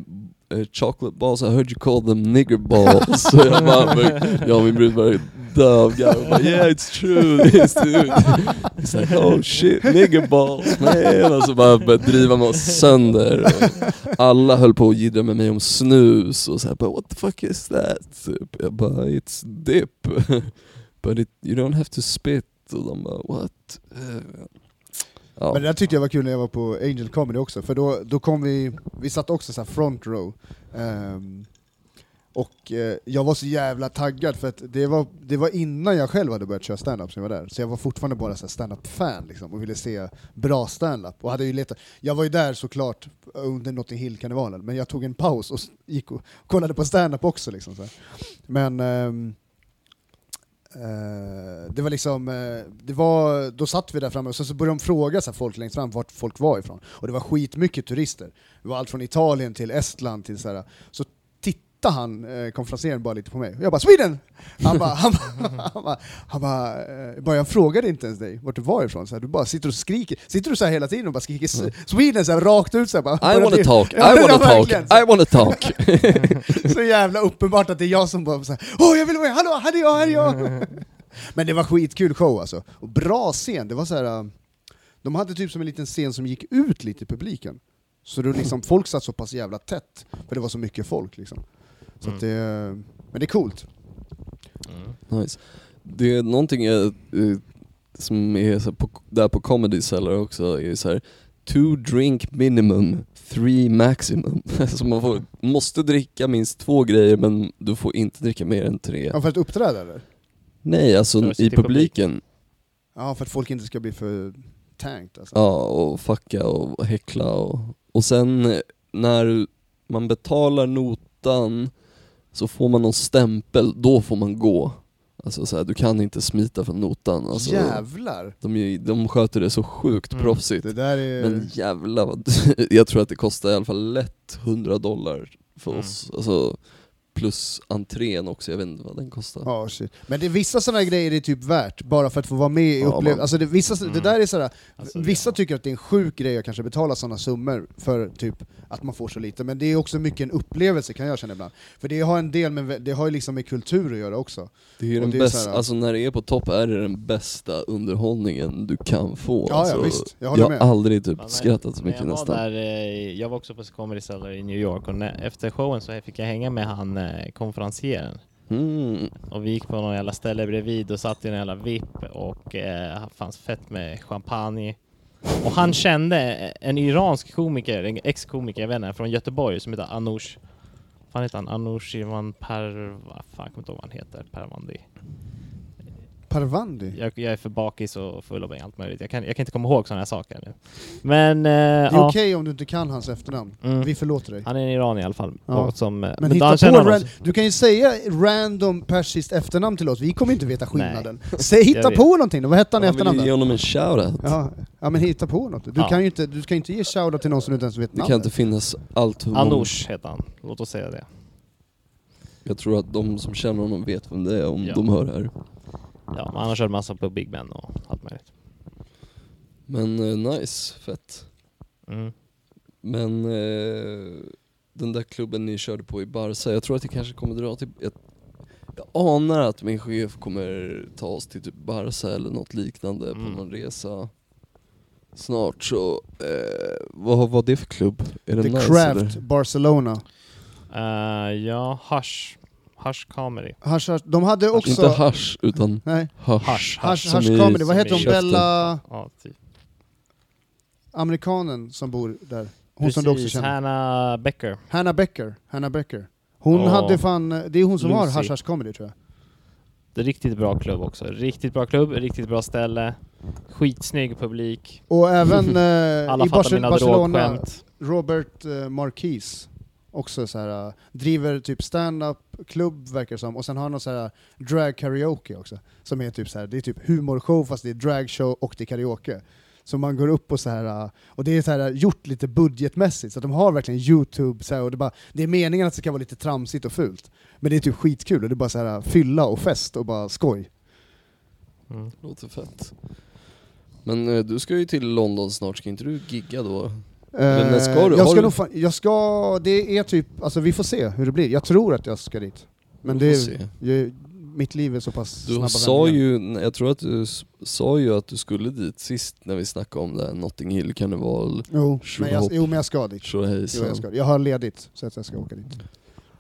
B: eh, chocolate balls, I heard you call them nigger balls' Så jag bara, men- jag och min brud bara dö av garv. Och bara, 'Yeah it's true, it's true' It's like oh shit, nigger balls man. Och så bara började driva mig sönder. Och Alla höll på att jiddra med mig om snus och så här, bara, what the fuck is that? Typ. Jag bara, it's dip. But it, you don't have to spit. Och de bara, what? Eh, Ja.
A: Men det där tyckte jag var kul när jag var på Angel Comedy också, för då, då kom vi, vi satt också så här front row. Ehm, och eh, jag var så jävla taggad för att det var, det var innan jag själv hade börjat köra stand-up som jag var där. Så jag var fortfarande bara så här stand-up-fan liksom, och ville se bra stand-up. Och hade ju letat. Jag var ju där såklart under Notting Hill-karnevalen, men jag tog en paus och s- gick och kollade på stand-up också. Liksom, så här. Men ehm, eh, det var liksom, eh, det var, då satt vi där framme och sen så började de fråga så här, folk längst fram vart folk var ifrån. Och det var skitmycket turister. Det var allt från Italien till Estland till så här. Så tittade han, eh, konferencieren, bara lite på mig. Och jag bara ”Sweden!” Han bara, han bara, <laughs> han bara, han bara, eh, bara ”Jag frågade inte ens dig vart du var ifrån”. Så här, du bara sitter och skriker. Sitter du så här hela tiden och bara skriker s- ”Sweden” så här, rakt ut? Så här, bara,
B: I wanna talk, I
A: Ja, men
B: wanna talk,
A: verkligen.
B: I wanna talk.
A: <laughs> Så jävla uppenbart att det är jag som bara såhär Åh jag vill vara med, hallå, här är jag, här är
B: <laughs>
A: jag! Men det var skitkul show alltså. Och um, bra scen, det var så här. äh, De hade typ som en liten scen som gick ut lite i publiken. Så det liksom, folk satt så pass jävla tätt, för det var så mycket folk liksom. Så att
B: Mm.
A: det, men det är coolt.
D: Mm.
B: Nice. Det är någonting jag, eh, som är så här på, där på Comedy Cellar också, är ju så här two drink minimum, three maximum. <laughs> så man får, måste dricka minst två grejer men du får inte dricka mer än tre.
A: Ja, för att uppträda eller?
B: Nej, alltså
E: För
B: i
E: att sitta i
B: publiken.
E: publik.
A: Ja, för att folk inte ska bli för tanked alltså.
B: Ja, och fucka och häckla och... Och sen eh, när man betalar notan så får man någon stämpel, då får man gå. Alltså så här, du kan inte smita från notan. Alltså,
A: Jävlar!
B: De, är- de sköter det så sjukt
E: Mm.
B: proffsigt.
A: Det där är...
B: Men jävlar vad <laughs> Jag tror att det kostar i alla fall lätt 100 dollar för
E: Mm.
B: oss. Alltså, plus entrén också, jag vet inte vad den kostar.
A: Ja, shit. Men det, vissa sådana grejer är typ värt, bara för att få vara med i
B: Ja,
A: upplevelsen.
B: man- Mm.
A: Alltså det, vissa, det där är sådär,
E: Alltså,
A: vissa typ
E: ja.
A: tycker att det är en sjuk grej att kanske betala sådana summor för typ att man får så lite, men det är också mycket en upplevelse kan jag känna ibland. För det har en del med, det har ju liksom med kultur att göra också.
B: Det är ju
A: Och
B: den
A: det är så
B: bästa,
A: här-
B: alltså när det är på topp är det den bästa underhållningen du kan få.
A: Ja, ja,
B: alltså,
A: visst. Jag
B: jag,
A: håller
B: har
A: med.
B: aldrig typ
D: Ja, när-
B: skrattat så
D: när
B: mycket
D: jag var
B: nästan.
D: Där, eh, jag var också på Comedy Cellar i New York och när, efter showen så fick jag hänga med han eh, konferencieren.
B: Mm.
D: Och vi gick på någon jävla ställe bredvid och satt i en jävla VIP och eh, fanns fett med champagne. Och han kände en iransk komiker, en ex-komiker, jag vet inte, från Göteborg som heter Anoush. Fan heter han? Anoush Ivan Perva... Fan, jag kommer inte ihåg vad han heter. Pervandi.
A: Parvandi?
D: Jag, jag är för bakis och full av allt möjligt. Jag kan, jag kan inte komma ihåg sådana här saker nu. Men... Eh,
A: Det är
D: ja.
A: okej om du inte kan hans efternamn.
D: Mm.
A: Vi förlåter dig.
D: Han är en iran i alla fall.
A: Ja.
D: Något som, eh,
A: Men,
D: då
A: hitta
D: han
A: på
D: känner honom
A: ran-
D: så-
A: du kan ju säga random persiskt efternamn till oss, vi kommer inte veta skillnaden. Säg
D: Jag
A: hitta
D: vet.
A: på någonting då, vad hette han i
B: Jag
A: efternamn
B: vill ju
A: då?
B: ge honom en shoutout.
A: Ja, ja men hitta på något. Du,
D: Ja.
A: kan ju inte, du ska ju inte ge shoutout till någon som du inte ens vet
B: Det kan
A: namnet.
B: inte finnas allt för många.
D: Anoush heter han. Låt oss säga det.
B: Jag tror att de som känner honom vet vem det är om
D: Ja.
B: de hör det här.
D: Ja, men han har kört massa på Big Ben och allt möjligt.
B: Men eh, nice, fett.
D: Mm.
B: Men eh, den där klubben ni körde på i Barca, jag tror att jag kanske kommer dra till... Jag, jag anar att min chef kommer ta oss till typ Barca eller något liknande
D: Mm.
B: på någon resa snart. Så eh, vad var det för klubb? Är den
A: The
B: nice
A: Craft
B: eller?
A: Barcelona.
D: Eh, ja, Hush. Hush Comedy.
A: Hasch, hasch. De hade
B: Inte
A: också...
B: hash utan
A: Nej,
B: hash.
D: Hush.
A: hasch,
B: Som
A: hasch
B: i-
A: comedy. Vad
D: som
A: heter
D: i
A: hon?
B: käften.
A: Bella...
D: Ja, typ.
A: Amerikanen som bor där. Hon
D: Precis,
A: som du också känner.
D: Hannah Becker.
A: Hanna Becker. Hanna Becker. Hon
D: Ja.
A: hade fan... Det är hon som har
D: Lucy.
A: hasch, hasch comedy tror jag.
D: Det är riktigt bra klubb också. Riktigt bra klubb, riktigt bra ställe. Skitsnygg publik.
A: Och
D: <laughs>
A: även eh,
D: Alla
A: i
D: fattar
A: Barce-
D: mina
A: Barcelona,
D: drogskämt.
A: Robert eh, Marquis. Också så här, eh, driver typ stand-up klubb verkar det som, och sen har han någon så här eh, drag karaoke också. Som är typ så här, det är typ humorshow fast det är dragshow och det är karaoke. Så man går upp och så här, eh, och det är så här eh, gjort lite budgetmässigt, så att de har verkligen youtube så här, och det, är bara, det är meningen att det ska vara lite tramsigt och fult. Men det är typ skitkul, och det är bara så här eh, fylla och fest och bara skoj.
D: Mm.
B: Låter fett. Men eh, du ska ju till London snart, ska inte du gigga då? Men när ska du?
A: Eh, jag
B: Har
A: ska
B: du-
A: nog fan, jag ska, det är typ, alltså vi får se hur det blir. Jag tror att jag ska dit. Men det,
B: Vi får
A: är-
B: se.
A: jag, mitt liv är så pass
B: Du
A: snabba
B: sa
A: vändningar.
B: ju, nej, jag tror att du s- sa ju att du skulle dit sist när vi snackade om det här Notting Hill karneval,
A: Jo
B: Sure
A: men, jag,
B: hope.
A: jo, men jag ska dit.
B: så
A: Jo,
B: hejsan.
A: jag, ska. jag har ledigt, så att jag ska åka dit.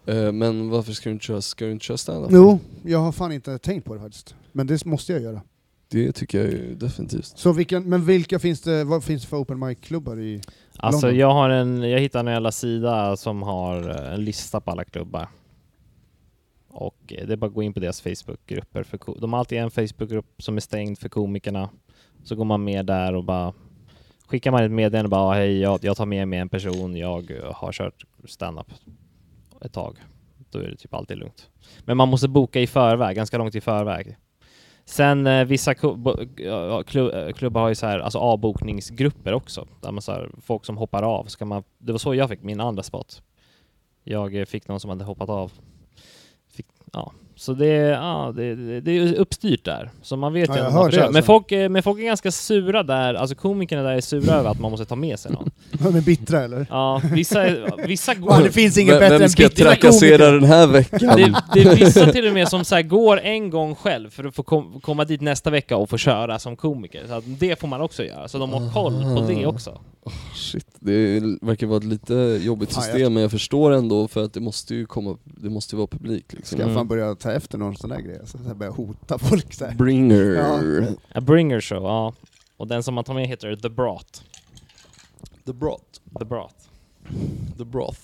B: Eh, Men varför ska du inte köra, ska du inte köra stand-up?
A: Jo, jag har fan inte tänkt på det faktiskt. Men det måste jag göra.
B: Det tycker jag ju definitivt.
A: Så vilken, men vilka finns det, vad finns det för open mic-klubbar i...
D: Alltså
A: London.
D: jag har en, jag hittade en jävla sida som har eh, en lista på alla klubbar. Och eh, det är bara att gå in på deras Facebookgrupper. För ko- de har alltid en Facebookgrupp som är stängd för komikerna. Så går man med där och bara skickar man ett meddelande och bara "Ah, hej, jag, jag tar med mig en person, jag eh, har kört stand-up ett tag. Då är det typ alltid lugnt. Men man måste boka i förväg, ganska långt i förväg. Sen eh, vissa ku- bo- ja, klu- eh, klubbar har ju så här, alltså avbokningsgrupper också. Där man så här, folk som hoppar av. Ska man, det var så jag fick min andra spot. Jag eh, fick någon som hade hoppat av. Fick, ja, Så det är, ja, det, det, det är uppstyrt där. Så man vet
A: Ja,
D: ju
A: jag
D: att man
A: hör det
D: försöker.
A: alltså.
D: men, folk, eh, men folk är ganska sura där, alltså komikerna där är sura över att man måste ta med
A: <laughs>
D: sig någon.
A: De är bittra eller?
D: Ja, vissa, vissa går...
A: Fan, det finns inget
B: Vem-
A: bättre
B: Vem
A: än
B: ska jag
A: bittra
B: trakassera
A: komiker.
B: den här veckan?
D: Det, det är vissa till och med som så här går en gång själv för att få kom, komma dit nästa vecka och få köra som komiker. Så att det får man också göra, så de har koll på det också.
B: Shit, det verkar vara ett lite jobbigt
A: Ja, jag-
B: system men jag förstår ändå för att det måste ju komma, det måste ju vara publik liksom.
A: Ska jag fan börja ta efter någon sån där grej? alltså? Så här börja hota folk så här.
B: Bringer.
A: Ja.
D: A bringer show, ja. Och den som man tar med heter The Brat.
B: The broth.
D: The Brat.
B: The broth.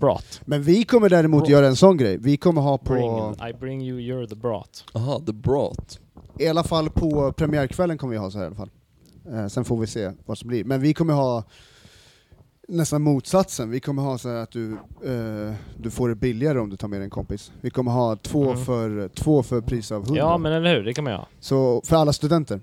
D: Brat.
A: Men vi kommer däremot göra en sån grej. Vi kommer ha på,
D: Bring, I bring you, you're the Brat.
B: Aha, the broth.
A: i alla fall på premiärkvällen kommer vi ha så här i alla fall. Eh, sen får vi se vad som blir. Men vi kommer ha nästan motsatsen. Vi kommer ha så här att du, eh, du får det billigare om du tar med en kompis. Vi kommer ha två,
D: Mm.
A: för, två för pris av 100.
D: Ja men eller hur, det kan man göra.
A: Så för alla studenter.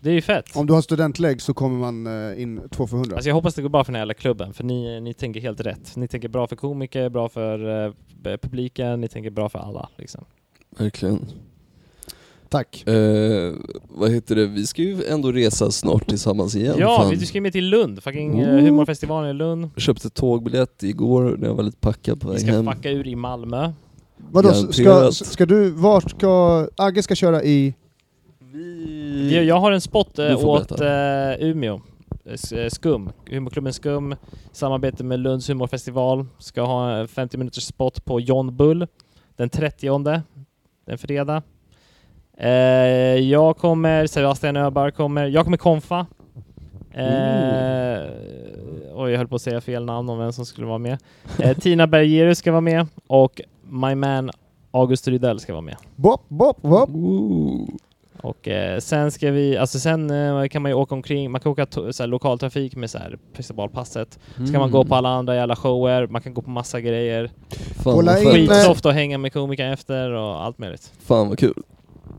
D: Det är ju fett.
A: Om du har studentlägg så kommer man eh, in två för 100.
D: Alltså jag hoppas det går bra för den här jävla klubben, för ni, ni tänker helt rätt. Ni tänker bra för komiker, bra för eh, b- publiken, ni tänker bra för alla. Liksom.
B: Verkligen.
A: Tack.
B: Eh, vad heter det, vi ska ju ändå resa snart tillsammans igen.
D: Ja,
B: fan.
D: vi du ska ju med till Lund, fucking eh,
B: Ooh.
D: humorfestivalen i Lund.
B: Jag köpte tågbiljett igår när jag var lite packad på
D: Vi
B: väg
D: ska
B: hem.
D: fucka ur i Malmö.
A: Vadå, ska,
B: Garanterat.
A: ska du, vart ska, Agge ska köra i,
D: Jag, jag har en spot eh,
B: Du får
D: åt eh, Umeå. Eh, s- eh, Skum, humorklubben Skum, samarbete med Lunds humorfestival, ska ha en 50 minuters spot på John Bull den 30, den fredag. Eh, jag kommer, Sebastian Öberg kommer, jag kommer konfa. Eh, oj, jag höll på att säga fel namn om vem som skulle vara med. Eh, Tina Bergerus ska vara med och my man August Rydell ska vara med.
A: bop, bop, bop.
B: Ooh.
D: Och eh, sen ska vi, alltså sen eh, kan man ju åka omkring, man kan åka to- så här, lokaltrafik med så här festivalpasset. Så kan man
B: Mm.
D: gå på alla andra jävla shower, man kan gå på massa grejer.
B: Fan,
A: Kolla
B: vad
A: in-
B: skönt.
D: Skitsoft att hänga med komiker efter och allt möjligt.
B: Fan vad kul.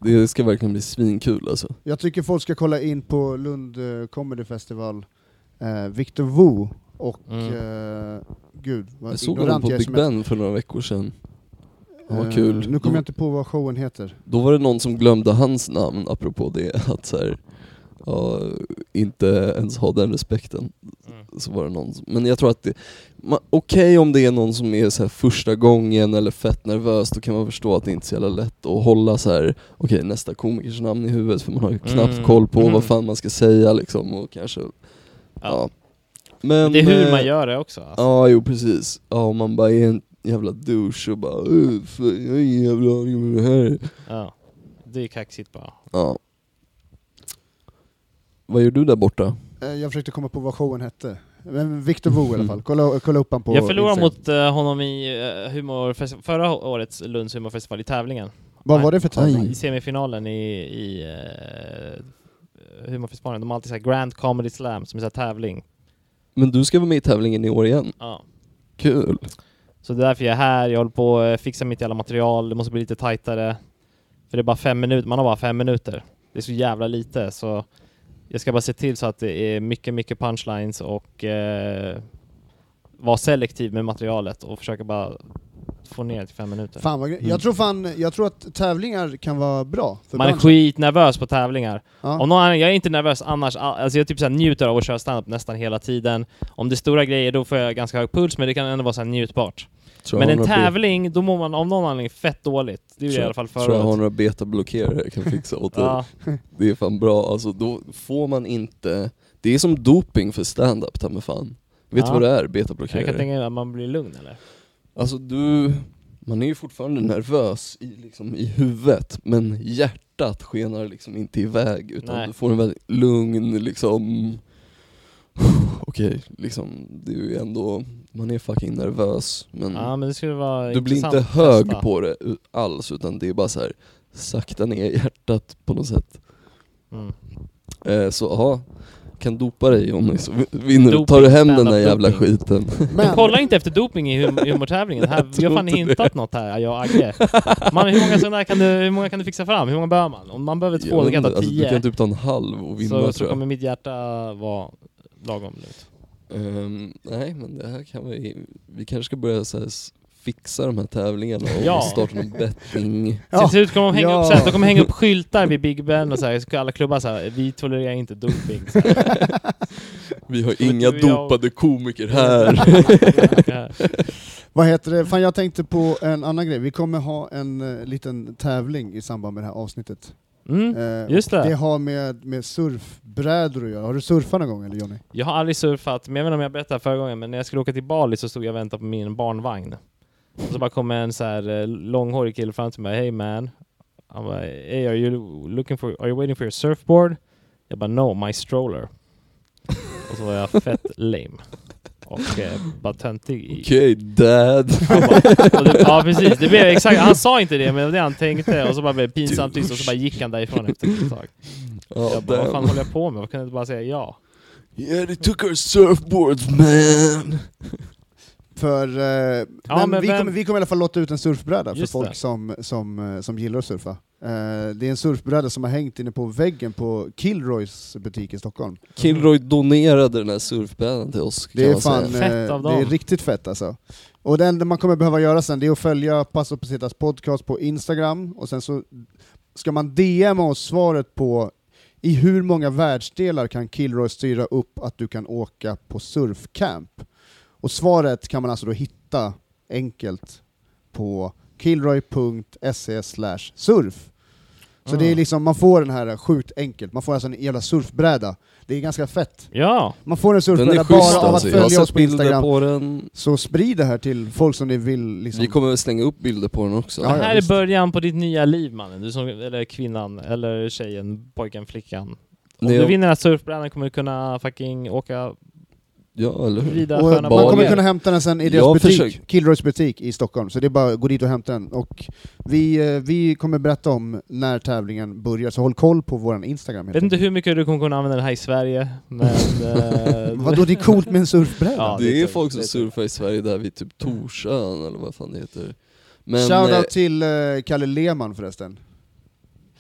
B: Det ska verkligen bli svinkul alltså.
A: Jag tycker folk ska kolla in på Lund eh, Comedy Festival, eh, Victor Wu och...
D: Mm.
A: Eh, gud, vad
B: Jag såg honom
A: ignorant
B: på
A: jag är
B: Big
A: som jag-
B: Ben för några veckor sedan. Han var
A: Eh,
B: kul.
A: Nu kommer
B: Då-
A: jag inte på vad showen heter.
B: Då var det någon som glömde hans namn, apropå det <laughs> att så här, ja, inte ens ha den respekten.
D: Mm.
B: Så var det någon som, men jag tror att det, ma- okej om det är någon som är så här första gången eller fett nervös, då kan man förstå att det inte är så jävla lätt att hålla så här. okej nästa komikers namn i huvudet för man har ju knappt
D: Mm.
B: koll på
D: Mm.
B: vad fan man ska säga liksom och kanske, ja. Men,
D: Det är hur man
B: eh,
D: gör det också. Alltså.
B: Ja, jo precis. Ja, om man bara är en jävla douche och bara "Äh, fan, jag har ingen jävla aning om det här.
D: Ja. Det är kaxigt bara.
B: Ja. Vad gör du där borta?
A: Eh, jag försökte komma på vad showen hette. Men Victor Wu
B: Mm.
A: i alla fall, kolla, kolla upp han på
D: Jag förlorade
A: Instagram.
D: mot eh, honom i uh, humorfest- förra årets Lunds humorfestival i tävlingen.
A: Vad var det för tävling?
B: Aj.
D: I semifinalen i, i eh, humorfestivalen. De har alltid så här Grand Comedy Slam som är så här tävling.
B: Men du ska vara med i tävlingen i år igen.
D: Ja.
B: Kul.
D: Så det är därför jag är här, jag håller på att eh, fixa mitt jävla material, det måste bli lite tajtare. För det är bara fem minuter, man har bara fem minuter. Det är så jävla lite så jag ska bara se till så att det är mycket, mycket punchlines och eh, vara selektiv med materialet och försöka bara få ner det till fem minuter.
A: Fan vad gre-
B: Mm.
A: jag, tror fan, jag tror att tävlingar kan vara bra för
D: Man är
A: branschen.
D: skitnervös på tävlingar.
A: Ja.
D: Om någon, annan- jag är inte nervös annars, all- alltså jag typ så här njuter av att köra standup nästan hela tiden. Om det är stora grejer då får jag ganska hög puls men det kan ändå vara så här njutbart.
B: Tror jag
D: Men
B: har
D: en
B: några
D: tävling, då mår man av någon anledning fett dåligt. Det är ju i alla fall
B: be- Tror jag
D: förra
B: har
D: året.
B: några betablockerare jag kan fixa åt dig.
D: Ja,
B: Det är fan bra. Alltså då får man inte... Det är som doping för stand-up, ta mig fan. Vet du
D: Ja.
B: vad det är,
D: jag kan
B: betablockerare?
D: tänka mig att man blir lugn eller?
B: Alltså du, man är ju fortfarande nervös i, liksom, i huvudet men hjärtat skenar liksom inte iväg utan
D: Nej.
B: du får en väldigt lugn liksom <sighs> Okej, liksom det är ju ändå, man är fucking nervös men
D: Ja men det skulle vara
B: Mm. du blir
D: intressant
B: inte
D: att
B: hög
D: testa.
B: på det u- alls utan det är bara så här sakta ner hjärtat på något sätt.
D: Mm.
B: Eh, så ja, kan dopa dig Jonny så v- vinner du.
D: Doping,
B: Tar du hem den där
D: stand-up
B: jävla
D: doping.
B: skiten.
A: Men,
D: Kolla inte efter doping i
B: <laughs>
D: hum- humortävlingen, här, vi har
B: tror
D: fan
B: inte
D: hintat något här, jag och Agge. Man, hur, många sådana här kan du, hur många kan du fixa fram? Hur många behöver man? Om man behöver två,
B: Jag
D: då
B: vet
D: kan jag ta
B: inte, alltså, du
D: tio.
B: kan typ ta en halv och vinna
D: så,
B: tror
D: så
B: jag.
D: kommer mitt hjärta vara lagom lugnt.
B: Ehm, nej, men det här kan vi... Vi kanske ska börja så här, s- fixa de här tävlingarna och
D: Ja.
B: starta
D: <laughs>
B: någon betting.
A: Ja.
D: Till slut kommer de hänga,
A: Ja.
D: upp, så här, de kommer hänga upp skyltar vid Big Ben och så här, så ska alla klubbar så här, vi tolererar inte doping. Så här.
B: Vi har
D: Men
B: inga
D: du, jag-
B: dopade komiker här.
A: Vad heter det? Fan jag tänkte på en annan grej. Vi kommer ha en eh, liten tävling i samband med det här avsnittet.
D: Mm.
A: Eh,
D: Just det.
A: det har med, med surfbrädor att göra. Har du surfat någon gång eller Johnny?
D: Jag har aldrig surfat, men jag vet inte om jag berättade förra gången, men när jag skulle åka till Bali så stod jag och väntade på min barnvagn. Och så bara kom en så här eh, långhårig kille fram till mig, hey man. Han bara, hey are you looking for, are you waiting for your surfboard? Jag bara, no, my stroller. Och så var jag fett lame. Och eh, bara töntig
B: <laughs>
D: i...
B: Okej,
D: <laughs>
B: dad.
D: Han bara- och det, ja precis, det blev exakt, han sa inte det men det var det han tänkte och så bara blev det pinsamt tyst och så bara gick han därifrån efter ett tag.
B: Ja,
D: jag bara, vad fan
B: damn.
D: håller jag på med? Varför kan jag inte bara säga ja?
B: Yeah, they took our surfboards man.
A: För, eh, men
D: men
A: vi,
D: vem-
A: kommer, vi kommer i alla fall låta ut en surfbräda för
D: Just
A: folk
D: det.
A: som, som, eh, som gillar att surfa. Eh, det är en surfbräda som har hängt inne på väggen på Kilroys butik i Stockholm.
B: Kilroy donerade den här surfbrädan till oss kan
A: Det är,
B: man säga.
A: fan, eh,
D: Fett av
A: det är
D: dem.
A: riktigt fett alltså. Och det enda man kommer behöva göra sen det är att följa Passo Pesetas podcast på Instagram och sen så ska man DM oss svaret på i hur många världsdelar kan Kilroy styra upp att du kan åka på surfcamp? Och svaret kan man alltså då hitta enkelt på kilroy.se surf. Så
D: Ah.
A: det är liksom, man får den här sjukt enkelt, man får alltså en jävla surfbräda. Det är ganska fett.
D: Ja!
A: Man får en
B: Den
A: surfbräda
B: är
A: bara
B: schysst
A: av att
B: alltså. Jag har
A: följa oss
B: sett
A: på
B: bilder
A: Instagram.
B: på den.
A: Så sprid det här till folk som ni vill liksom.
B: Vi kommer väl slänga upp bilder på den också.
A: Ja,
D: det här
A: visst.
D: är början på ditt nya liv mannen, du som, eller kvinnan, eller tjejen, pojken, flickan. Om
B: Det-
D: du vinner den här surfbrädan kommer du kunna fucking åka,
B: Ja, eller hur?
D: rida
A: och
D: sköna
A: man kommer
B: barer.
A: kunna hämta den sen i deras
B: Jag
A: butik,
B: försöker-
A: Kilroys butik i Stockholm, så det är bara att gå dit och hämta den. Och vi, eh, vi kommer berätta om när tävlingen börjar, så håll koll på vår Instagram.
D: Jag vet inte hur mycket du kommer kunna använda den här i Sverige, men...
A: <laughs>
D: eh,
A: Vadå, det är coolt med en surfbräda?
D: Ja, det är
B: det är
D: tungt,
B: folk
D: det
B: som
D: är
B: surfar i Sverige där vid typ Torsön eller vad fan det heter. Men, eh,
A: Shoutout till eh, Kalle Lehmann förresten.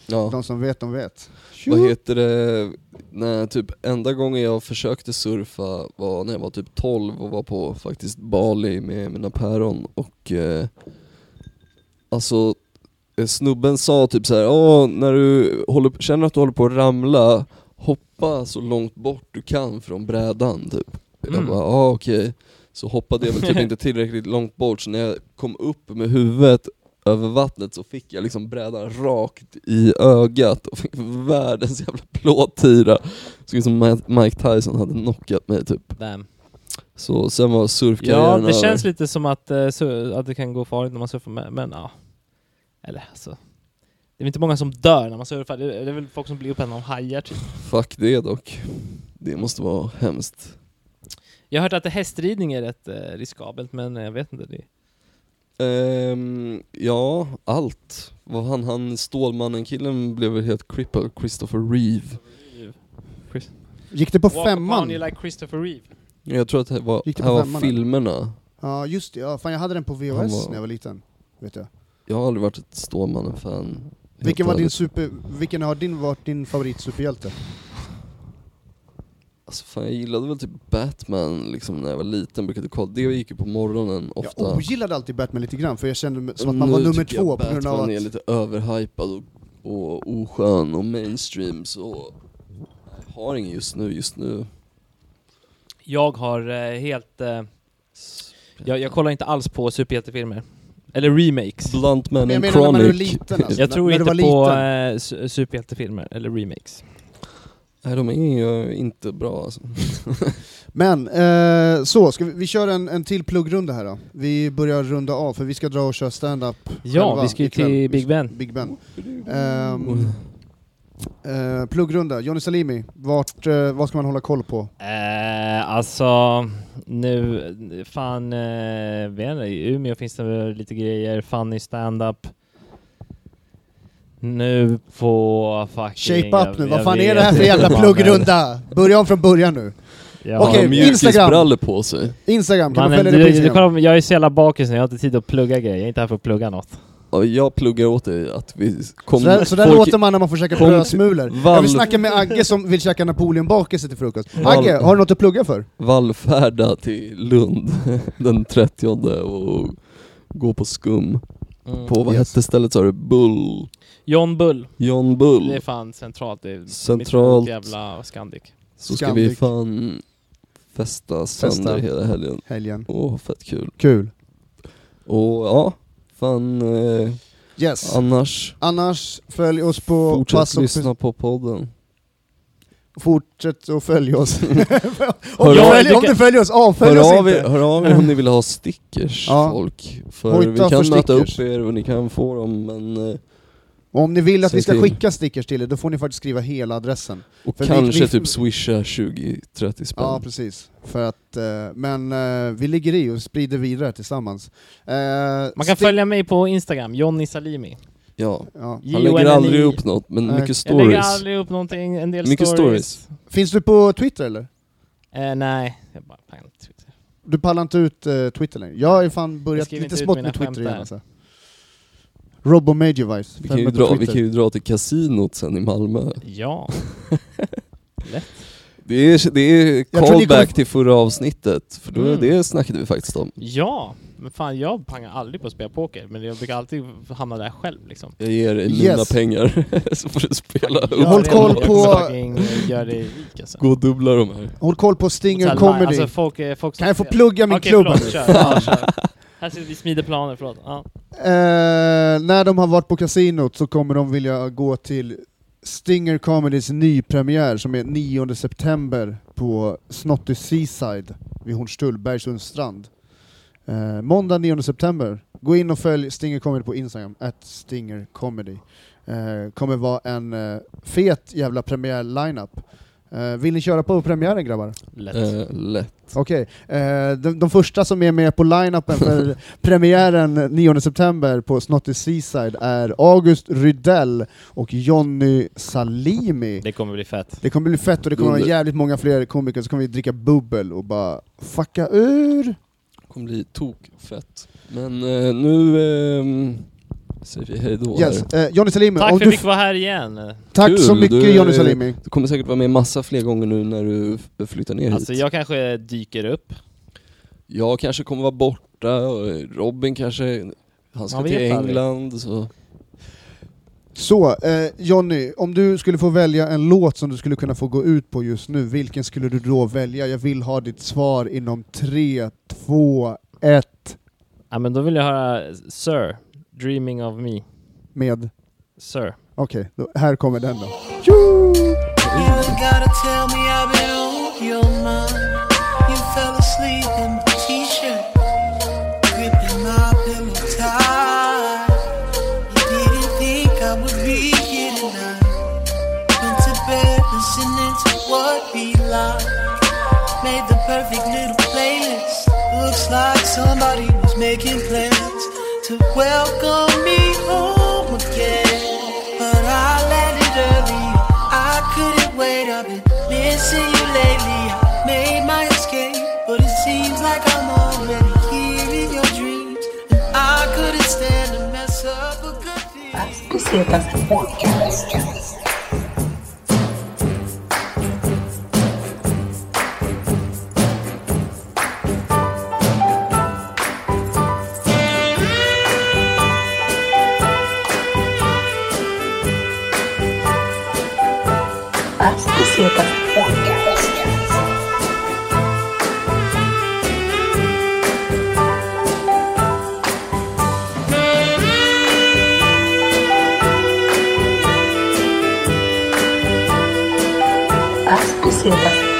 B: ja,
A: De som vet, de vet.
B: vad heter det? Nej, typ enda gången jag försökte surfa var när jag var typ 12 och var på faktiskt Bali med mina päron och eh, alltså eh, snubben sa typ så här, åh när du håller, känner att du håller på att ramla, hoppa så långt bort du kan från brädan typ. Jag
D: Mm.
B: bara, ah, okej. Så hoppade jag väl
D: <laughs>
B: typ inte tillräckligt långt bort, så när jag kom upp med huvudet över vattnet så fick jag liksom brädan rakt i ögat och fick världens jävla plåthyra. Såg ut som Ma- Mike Tyson hade knockat mig typ.
D: damn.
B: Så sen var surfkarriären
D: Ja, det känns
B: över.
D: lite som att, eh, sur- att det kan gå farligt när man surfar, men, men ja. Eller alltså... Det är väl inte många som dör när man surfar, det är, det är väl folk som blir uppätna av hajar typ.
B: Fuck det dock. Det måste vara hemskt.
D: Jag har hört att hästridning är rätt eh, riskabelt, men eh, jag vet inte. Det
B: Ehm, ja, allt. Vad han, han Stålmannen-killen blev väl helt crippled, Christopher Reeve.
A: Gick det på
D: Walk
A: femman?
D: upon you like Christopher Reeve.
B: Jag tror att det var,
A: Gick det på
B: här var
A: femman,
B: filmerna.
A: Ja, just det. Ja, fan, jag hade den på
B: Han
A: VHS
B: var-
A: när jag var liten. Vet jag.
B: Jag har aldrig varit ett Stålmannen-fan. helt
A: Vilken, var din
B: ärligt.
A: super... Vilken har din, varit din favoritsuperhjälte?
B: Alltså fan, jag gillade väl typ Batman liksom när jag var liten, brukade kolla. Det gick ju på morgonen ofta.
A: Jag ogillade alltid Batman lite grann, för jag kände mig som att
B: Och
A: man var
B: nu
A: nummer
B: tycker jag
A: två på grund av
B: Batman
A: att...
B: är lite överhypad och, och oskön och mainstream så... Jag har ingen just nu, just nu.
D: Jag har eh, helt... Eh, jag, jag kollar inte alls på superhjältefilmer. Eller remakes.
B: Bluntman
A: Men jag
B: and
A: menar när man är
B: Chronic.
A: liten, alltså.
D: Jag
A: När-
D: tror
A: när du
D: inte
A: var
D: på
A: liten.
D: eh, su- superhjältefilmer, eller remakes.
B: <laughs> Nej de är ju inte bra alltså.
A: Men, eh, så, ska vi, vi kör en, en till pluggrunda här då. Vi börjar runda av, för vi ska dra och köra stand-up
D: Ja,
A: själva
D: vi ska ju
A: ikväll.
D: till Big Ben.
A: Big Ben. Ehm, eh, pluggrunda, Johnny Salimi, vart, eh, vad ska man hålla koll på?
D: Eh, alltså, nu, fan, eh, vet inte, i Umeå finns det väl lite grejer, funny stand-up. Nu på fucking...
A: Shape
D: jag-
A: up nu,
D: jag
A: vad fan är
D: vet
A: det här för
D: inte, <laughs>
A: jävla
D: mannen.
A: pluggrunda? Börja om från början nu.
D: Ja.
A: Okej,
B: Mjukisbrallor på sig.
A: Instagram, kan man
D: Mannen,
A: följa
D: du,
A: dig på
D: du, du,
A: Instagram?
D: kolla, jag är så jävla bakis nu, jag har inte tid att plugga grejer. Jag är inte här för att plugga något.
B: Ja, Jag pluggar åt dig att vi
A: Så där,
B: kommer...
A: så där
B: folk-
A: låter man när man får käka
B: Kom till-
A: brödsmulor. Jag
B: Valv-
A: vill snacka med Agge som vill käka napoleonbakelser till frukost.
B: Valv-
A: Agge, har du något att plugga för?
B: <laughs> vallfärda till Lund den 30 och gå på skum.
D: Mm.
B: På vad
A: Yes.
B: hette stället sa du? Bull?
D: John Bull.
B: John
D: Det är
B: Bull?
D: fan centralt. Det är
B: Centralt.
D: mitt emot jävla Scandic.
B: Så ska vi
A: Scandic.
B: fan festa sönder
A: Festa.
B: hela helgen.
A: helgen.
B: Åh, fett kul.
A: Kul.
B: Och ja, fan eh,
A: Yes.
B: annars,
A: Annars, följ oss på...
B: fortsätt
A: Pass och-
B: lyssna på podden.
A: Fortsätt att följa
B: <laughs>
A: oss. om,
B: av
A: du följer,
D: er.
A: om du följer oss, avfölj oss
B: Hör av,
A: inte!
B: er, hör av er om ni vill ha stickers
A: Ja.
B: folk. För
A: Hojta
B: vi kan
A: för
B: nöta upp
A: stickers.
B: er och ni kan få dem men... eh,
A: Och om ni vill att
B: Säg
A: vi ska
B: till.
A: skicka stickers till er, då får ni faktiskt skriva hela adressen.
B: Och
A: För vi-
B: kanske
A: vi-
B: typ swisha 20-30 spänn.
A: Ja, precis. För att, eh, men eh, vi ligger i och sprider vidare tillsammans. Eh,
D: Man kan
A: stick-
D: följa mig på Instagram, Johnny Salimi.
B: ja.
A: Ja.
B: Han
D: J-O-N-N-I.
B: lägger aldrig upp något men
A: Nej.
B: mycket
D: Jag lägger
B: stories.
D: aldrig upp någonting, en del
B: Mycket stories.
A: Finns du på Twitter eller?
D: Eh, nej, jag bara pangar inte Twitter.
A: Du pallar inte ut eh, Twitter längre? Jag har ju fan
D: Jag
A: börjat
D: skriver
A: lite
D: inte ut
A: smått
D: mina
A: med Twitter
D: skämt
A: igen
D: där.
A: alltså. Robo Majorvice,
B: Vi kan,
A: följ
B: ju
A: mig på
B: dra, vi
A: Twitter.
B: kan ju dra till kasinot sen i Malmö.
D: Ja.
B: Det är, det är
A: tror ni
B: callback
A: kommer-
B: till förra avsnittet, för då,
D: Mm.
B: det snackade vi faktiskt om.
D: ja, men fan jag pangar aldrig på att spela poker, men jag brukar alltid hamna där själv liksom.
B: Jag ger dig
A: Yes.
B: mina pengar, <laughs> så får du spela upp.
A: Håll
D: det
A: koll
D: och
A: på-
D: fucking Gör dig rik alltså.
B: Gå och dubbla de här.
A: Håll koll på
D: Så
A: Stinger
D: här,
A: Comedy.
D: Alltså, folk, eh, folk
A: kan jag få plugga min klubb
D: Okej,
A: nu?
D: förlåt, kör. Ja, kör. Här sitter vi och smider planer, förlåt. Ja.
A: Eh, när de har varit på kasinot så kommer de vilja gå till Stinger Comedys nypremiär som är 9 september på Snotty Seaside vid Hornstullbergsunds strand. Eh, måndag 9 september. Gå in och följ Stinger Comedy på Instagram, at Stinger Comedy. Eh, kommer vara en eh, fet jävla premiär-lineup. Eh, vill ni köra på premiären grabbar?
D: Lätt.
B: Eh, lätt.
A: Okej, eh, de, de första som är med på line-upen
B: <laughs>
A: för premiären 9 september på Snotty Seaside är August Rydell och Jonny Salimi.
F: Det kommer bli fett.
A: Det kommer bli fett och det kommer vara
B: Dunder.
A: jävligt många fler komiker, så kommer vi dricka bubbel och bara fucka ur.
B: kommer bli tokfett. Men eh, nu ehm, säger vi hejdå
A: Yes.
B: här.
A: Eh, Jonny Salimi,
D: Tack för
A: om
D: att
A: du
D: vi
A: f-
D: fick vara här igen.
A: tack
B: Kul,
A: så mycket
B: du är-
A: Jonny Salimi.
B: Du kommer säkert vara med massa fler gånger nu när du f- flyttar ner
D: Alltså
B: hit.
D: jag kanske dyker upp.
B: Jag kanske kommer vara borta och Robin kanske, han ska
D: Man
B: till
D: vet aldrig.
B: England så...
A: Så, eh, Jonny, om du skulle få välja en låt som du skulle kunna få gå ut på just nu, vilken skulle du då välja? Jag vill ha ditt svar inom 3, 2, 1
D: Ja, men då vill jag höra Sir, Dreaming of Me.
A: med...
D: Sir.
A: Okej, då- här kommer den då.
G: You ain't gotta tell me I've been on your mind. You fell asleep in my t-shirt, gripping my pillow tight. You didn't think I would be here tonight. Went to bed listening to what we like. Made the perfect little playlist. Looks like somebody was making plans to welcome me home again. But I landed early. I couldn't wait. I've been missing you lately. I made my escape, but it seems like I'm already here in your dreams. And I couldn't stand to mess up a good thing.
C: As Pesetas Podcast. As Pesetas Podcast. As Pesetas